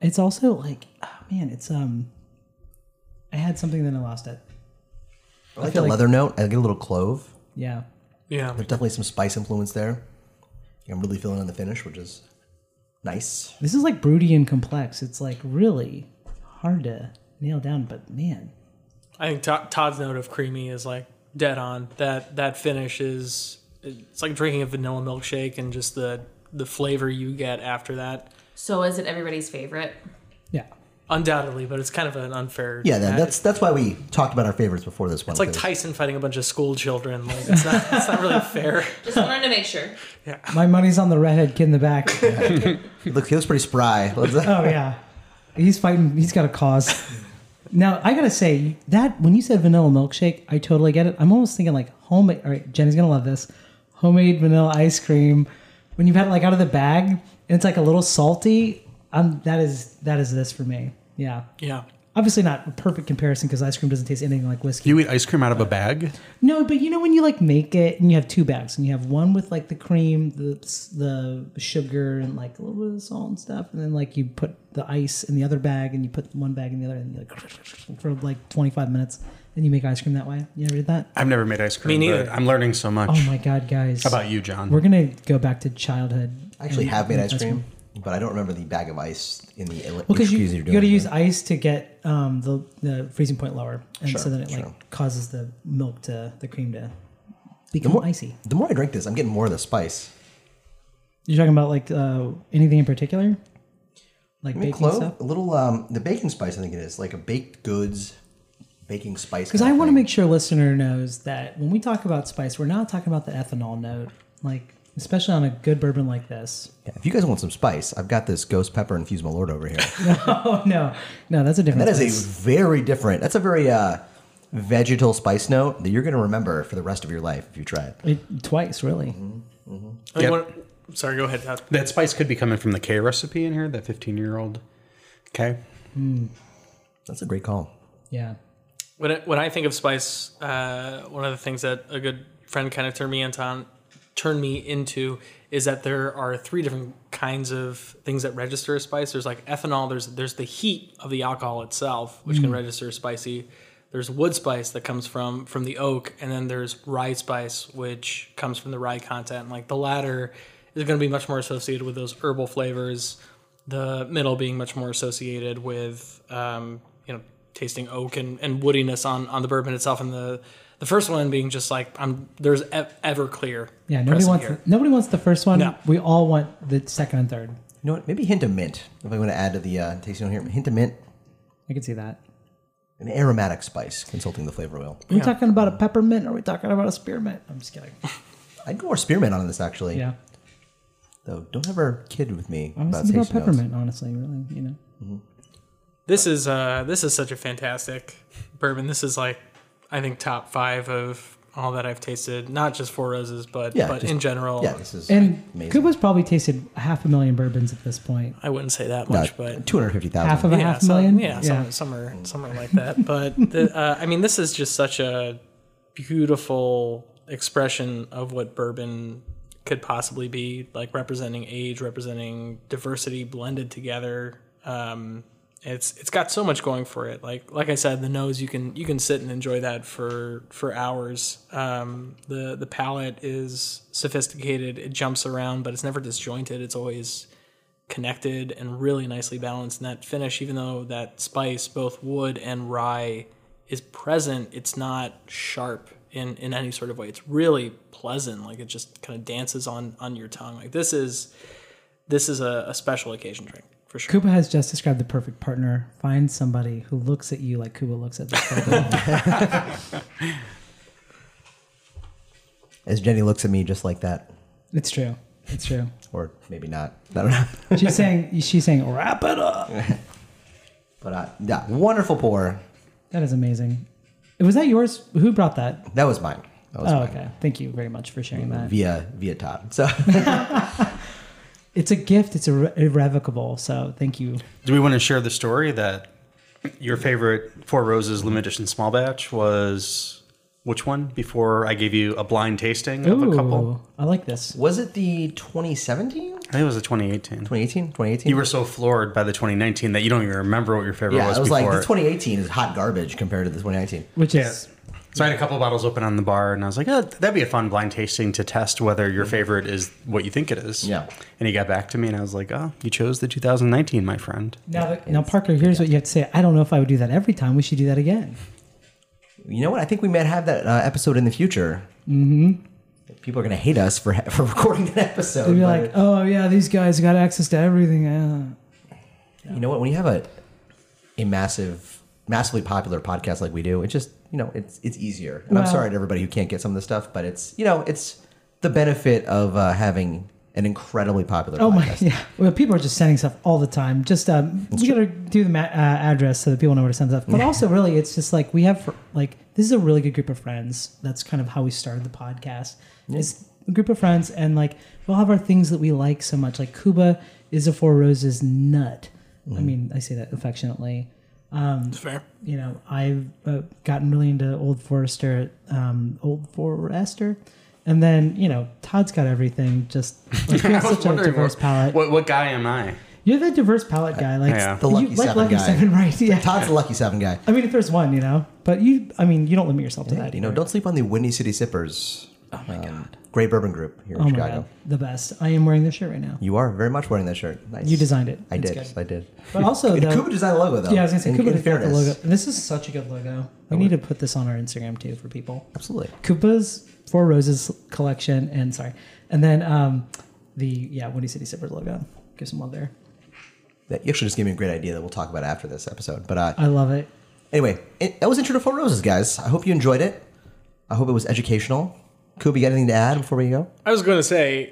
Speaker 2: It's also like, oh man, it's um, I had something then I lost it.
Speaker 1: I like
Speaker 2: feel
Speaker 1: the
Speaker 2: like-
Speaker 1: leather note. I get a little clove.
Speaker 2: Yeah,
Speaker 4: Yeah,
Speaker 1: There's definitely some spice influence there. I'm really feeling on the finish, which is nice.
Speaker 2: this is like broody and complex. It's like really hard to nail down, but man,
Speaker 4: I think To- Todd's note of creamy is like dead on. That that finish is it's like drinking a vanilla milkshake and just the the flavor you get after that.
Speaker 5: So is it everybody's favorite?
Speaker 2: yeah,
Speaker 4: Undoubtedly, but it's kind of an unfair.
Speaker 1: Yeah, that, that's that's why we talked about our favorites before this one.
Speaker 4: it's like
Speaker 1: 'cause
Speaker 4: Tyson fighting a bunch of school children. Like it's not it's not really fair.
Speaker 5: Just wanted to make sure.
Speaker 2: my money's on the redhead kid in the back. oh
Speaker 1: he looks, he looks pretty spry.
Speaker 2: yeah, he's fighting. He's got a cause. Now I gotta say that when you said vanilla milkshake, I totally get it. I'm almost thinking like homemade. All right, Jenny's gonna love this homemade vanilla ice cream. When you've had it like out of the bag and it's like a little salty, um, that is that is this for me. Yeah,
Speaker 4: Yeah.
Speaker 2: obviously not a perfect comparison because ice cream doesn't taste anything like whiskey.
Speaker 3: Do you eat ice cream out of a bag?
Speaker 2: No, but you know when you like make it and you have two bags and you have one with like the cream, the the sugar and like a little bit of salt and stuff, and then like you put the ice in the other bag and you put one bag in the other and you like for like twenty five minutes and you make ice cream that way. You ever did that?
Speaker 3: I've never made ice cream.
Speaker 4: Me
Speaker 3: but
Speaker 4: neither.
Speaker 3: I'm learning so much
Speaker 2: Oh my god, guys!
Speaker 3: about you, John.
Speaker 2: We're gonna go back to childhood.
Speaker 1: I actually
Speaker 2: and-
Speaker 1: have made
Speaker 2: and
Speaker 1: ice cream, but I don't remember the bag of ice in the well,
Speaker 2: Well, because you,
Speaker 1: you're
Speaker 2: you
Speaker 1: doing.
Speaker 2: got to
Speaker 1: it
Speaker 2: use
Speaker 1: in.
Speaker 2: ice to get um, the the freezing point lower, and so then it
Speaker 1: sure.
Speaker 2: like causes the milk to the cream to become
Speaker 1: more-
Speaker 2: icy.
Speaker 1: the more I drink this, I'm getting more of the spice.
Speaker 2: You're talking about like uh, anything in particular, like
Speaker 1: I mean,
Speaker 2: baking
Speaker 1: clove,
Speaker 2: stuff.
Speaker 1: a little um, the baking spice. I think it is like a baked goods, baking spice.
Speaker 2: Because I want to make sure listener knows that when we talk about spice, we're not talking about the ethanol note, like especially on a good bourbon like this.
Speaker 1: If you guys want some spice, I've got this ghost pepper infused malort over here.
Speaker 2: Oh no, no, that's a different.
Speaker 1: That is
Speaker 2: spice.
Speaker 1: a very different. That's a very uh, vegetal spice note that you're going to remember for the rest of your life if you try it.
Speaker 2: It- twice really.
Speaker 1: Mm-hmm.
Speaker 4: I mean,
Speaker 3: Yep.
Speaker 4: what- sorry, go ahead. Todd.
Speaker 3: That spice could be coming from the K recipe in here, that 15 year old K.
Speaker 1: That's a great call.
Speaker 2: Yeah,
Speaker 4: When I, when I think of spice, uh, one of the things that a good friend kind of turned me into on, turned me into is that there are three different kinds of things that register as spice. There's like ethanol. There's there's the heat of the alcohol itself, which can register as spicy. There's wood spice that comes from from the oak, and then there's rye spice, which comes from the rye content. And like the latter is going to be much more associated with those herbal flavors. The middle being much more associated with um, you know tasting oak and, and woodiness on, on the bourbon itself, and the the first one being just like I'm there's ev- Everclear.
Speaker 2: yeah. Nobody
Speaker 4: present
Speaker 2: wants
Speaker 4: here.
Speaker 2: nobody wants the first one.
Speaker 4: No.
Speaker 2: We all want the second and third.
Speaker 1: You know what? Maybe hint of mint. If I want to add to the uh, tasting note here, hint of mint,
Speaker 2: I can see that.
Speaker 1: an aromatic spice, consulting the flavor wheel.
Speaker 2: Are we talking about a peppermint or are we talking about a spearmint? I'm just kidding.
Speaker 1: I'd go more spearmint on this actually.
Speaker 2: Yeah.
Speaker 1: Though, don't ever kid with me
Speaker 2: I was
Speaker 1: about
Speaker 2: thinking
Speaker 1: tasting
Speaker 2: about
Speaker 1: notes.
Speaker 2: peppermint, honestly, really, you know.
Speaker 4: This is uh this is such a fantastic bourbon. This is like I think top five of all that I've tasted, not just Four Roses, but
Speaker 1: Yeah,
Speaker 4: but
Speaker 1: just-
Speaker 4: in general.
Speaker 1: Yeah, this is
Speaker 2: And
Speaker 1: amazing.
Speaker 2: Cuba's probably tasted half a million bourbons at this point.
Speaker 4: I wouldn't say that
Speaker 1: no,
Speaker 4: much, but
Speaker 1: two hundred fifty
Speaker 2: Half
Speaker 1: thousand.
Speaker 2: of a
Speaker 4: yeah,
Speaker 2: half million.
Speaker 4: Some, yeah, Some, somewhere somewhere like that. But the, uh, I mean, this is just such a beautiful expression of what bourbon could possibly be, like representing age, representing diversity blended together. Um, it's it's got so much going for it. Like like I said, the nose you can you can sit and enjoy that for for hours. Um, the the palate is sophisticated. It jumps around, but it's never disjointed. It's always connected and really nicely balanced. And that finish, even though that spice, both wood and rye, is present, it's not sharp in in any sort of way. It's really pleasant. Like it just kind of dances on on your tongue. Like this is this is a, a special occasion drink for sure.
Speaker 2: Cuba has just described the perfect partner. Find somebody who looks at you like Cuba looks at this bourbon.
Speaker 1: As Jenny looks at me just like that,
Speaker 2: it's true. It's true.
Speaker 1: or maybe not. I don't know.
Speaker 2: She's saying she's saying wrap it up.
Speaker 1: But uh, yeah, wonderful pour.
Speaker 2: That is amazing. Was that yours? Who brought that?
Speaker 1: That was mine. That was
Speaker 2: Oh,
Speaker 1: mine. Mm-hmm.
Speaker 2: okay. Thank you very much for sharing that.
Speaker 1: Via via Todd. So
Speaker 2: It's a gift. It's irre- irrevocable. So thank you.
Speaker 3: Do we want to share the story that your favorite Four Roses limited edition small batch was which one before I gave you a blind tasting of a couple?
Speaker 2: Ooh, I like this.
Speaker 1: was it the 2017,
Speaker 3: I think it was a 2018.
Speaker 1: 2018, 2018?
Speaker 3: You were so floored by the 2019 that you don't even remember what your favorite
Speaker 1: yeah,
Speaker 3: was,
Speaker 1: I was
Speaker 3: before.
Speaker 1: like, this 2018 is hot garbage compared to the 2019.
Speaker 2: Which is
Speaker 3: So I had a couple bottles open on the bar, and I was like, oh, that'd be a fun blind tasting to test whether your favorite is what you think it is.
Speaker 1: Yeah.
Speaker 3: And he got back to me, and I was like, oh, you chose the 2019, my friend.
Speaker 2: now. that- now, Parker, here's what you have to say. I don't know if I would do that every time. We should do that again.
Speaker 1: You know what? I think we might have that uh, episode in the future. Mm-hmm. People are going to hate us for for recording that episode.
Speaker 2: They'd be
Speaker 1: but-
Speaker 2: like, "Oh yeah, these guys got access to everything." Uh,
Speaker 1: you know what? When you have a a massive, massively popular podcast like we do, it just you know it's it's easier. And I'm
Speaker 2: Well-
Speaker 1: sorry to everybody who can't get some of this stuff, but it's you know it's the benefit of uh, having an incredibly popular.
Speaker 2: Oh
Speaker 1: podcast.
Speaker 2: my, yeah. Well, people are just sending stuff all the time. Just um, we gotta do the ma- uh, address so that people know where to send stuff. But also, really, it's just like we have fr- like this is a really good group of friends. That's kind of how we started the podcast. It's a group of friends, and like we'll have our things that we like so much. Like Cuba is a Four Roses nut. I mean, I say that affectionately
Speaker 4: It's fair.
Speaker 2: you know, I've uh, gotten really into Old Forester, um, Old Forester, and then you know, Todd's got everything. Just like, you have such a diverse palette.
Speaker 3: What, what guy am I?
Speaker 2: You're the diverse palette guy, like
Speaker 3: Yeah.
Speaker 1: The lucky
Speaker 2: you, like
Speaker 1: seven
Speaker 2: lucky
Speaker 1: guy.
Speaker 2: seven, right? Yeah.
Speaker 1: Todd's the lucky seven guy.
Speaker 2: I mean, if there's one, you know, but you, I mean, you don't limit yourself to that.
Speaker 1: You know,
Speaker 2: either.
Speaker 1: don't sleep on the Windy City Sippers. Oh my god. Great bourbon group here in
Speaker 2: Oh my
Speaker 1: Chicago.
Speaker 2: god, the best. I am wearing this shirt right now.
Speaker 1: You are very much wearing that shirt. Nice.
Speaker 2: You designed it.
Speaker 1: I
Speaker 2: It's
Speaker 1: did.
Speaker 2: good.
Speaker 1: I did.
Speaker 2: But also,
Speaker 1: And
Speaker 2: though,
Speaker 1: Kuba designed the logo though.
Speaker 2: yeah, I was gonna say
Speaker 1: in,
Speaker 2: Kuba
Speaker 1: in
Speaker 2: designed the
Speaker 1: fairness.
Speaker 2: logo. This is such a good logo. We need to put this on our Instagram too for people.
Speaker 1: Absolutely.
Speaker 2: Koopa's Four Roses collection, and sorry, and then um, the yeah Windy City Sippers logo. Give some love there.
Speaker 1: That you actually just gave me a great idea that we'll talk about after this episode. But uh,
Speaker 2: I love it.
Speaker 1: anyway, it, that was Intro to Four Roses, guys. I hope you enjoyed it. I hope it was educational. Kuba, you got anything to add before we go?
Speaker 4: I was going to say,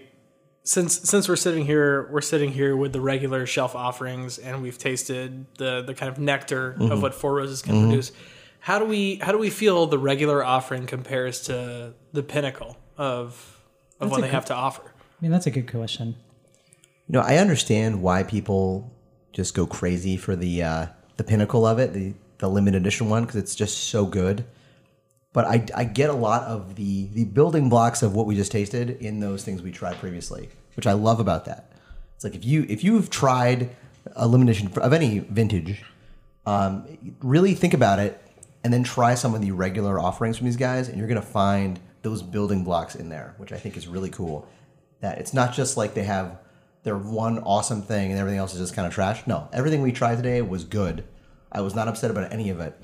Speaker 4: since since we're sitting here, we're sitting here with the regular shelf offerings, and we've tasted the the kind of nectar
Speaker 2: Mm-hmm.
Speaker 4: of what Four Roses can produce. How do we how do we feel the regular offering compares to the pinnacle of of
Speaker 2: That's
Speaker 4: what
Speaker 2: a
Speaker 4: they
Speaker 2: good-
Speaker 4: have to offer?
Speaker 2: I mean, that's a good question.
Speaker 1: You know, I understand why people just go crazy for the uh, the pinnacle of it, the the limited edition one, because it's just so good. But I, I get a lot of the the building blocks of what we just tasted in those things we tried previously, which I love about that. It's like if you if you've tried a limited edition of any vintage, um, really think about it, and then try some of the regular offerings from these guys, and you're gonna find those building blocks in there, which I think is really cool. That it's not just like they have their one awesome thing and everything else is just kind of trash. No, everything we tried today was good. I was not upset about any of it.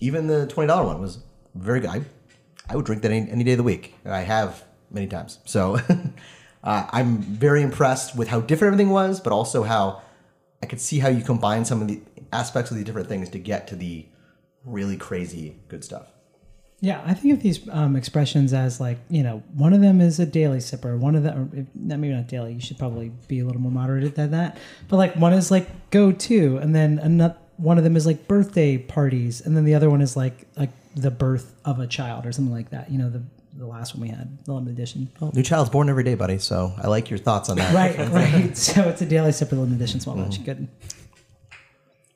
Speaker 1: Even the twenty dollar one was very good. I, I would drink that any, any day of the week, and I have many times. So uh, I'm very impressed with how different everything was, but also how I could see how you combine some of the aspects of the different things to get to the really crazy good stuff.
Speaker 2: Yeah, I think of these um, expressions as like you know, one of them is a daily sipper. One of them, or if, not maybe not daily. You should probably be a little more moderate than that. But like one is like go to, and then another one of them is like birthday parties, and then the other one is like like the birth of a child or something like that. You know, the the last one we had, the limited edition.
Speaker 1: New child's born every day, buddy. So I like your thoughts on that.
Speaker 2: Right, right. So it's a daily sipper, limited edition small batch. Good.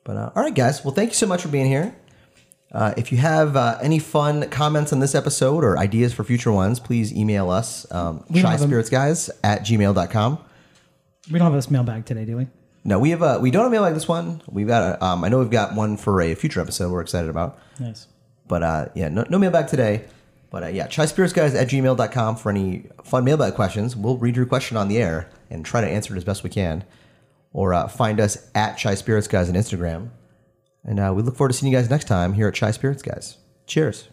Speaker 1: But uh, all right, guys. Well, thank you so much for being here. Uh, if you have uh, any fun comments on this episode or ideas for future ones, please email us, um,
Speaker 2: don't have 'em.
Speaker 1: shyspiritsguys at gmail.com.
Speaker 2: We don't have this mailbag today, do we?
Speaker 1: No, we have a we don't have a mail like this one. We've got a, um, I know we've got one for a future episode we're excited about.
Speaker 2: Nice.
Speaker 1: But uh, yeah, no, no mailbag today. But uh, yeah, tryspiritsguys at gmail.com for any fun mailbag questions. We'll read your question on the air and try to answer it as best we can. Or uh, find us at Chai Spirits Guys on Instagram. And uh, we look forward to seeing you guys next time here at Chai Spirits Guys. Cheers.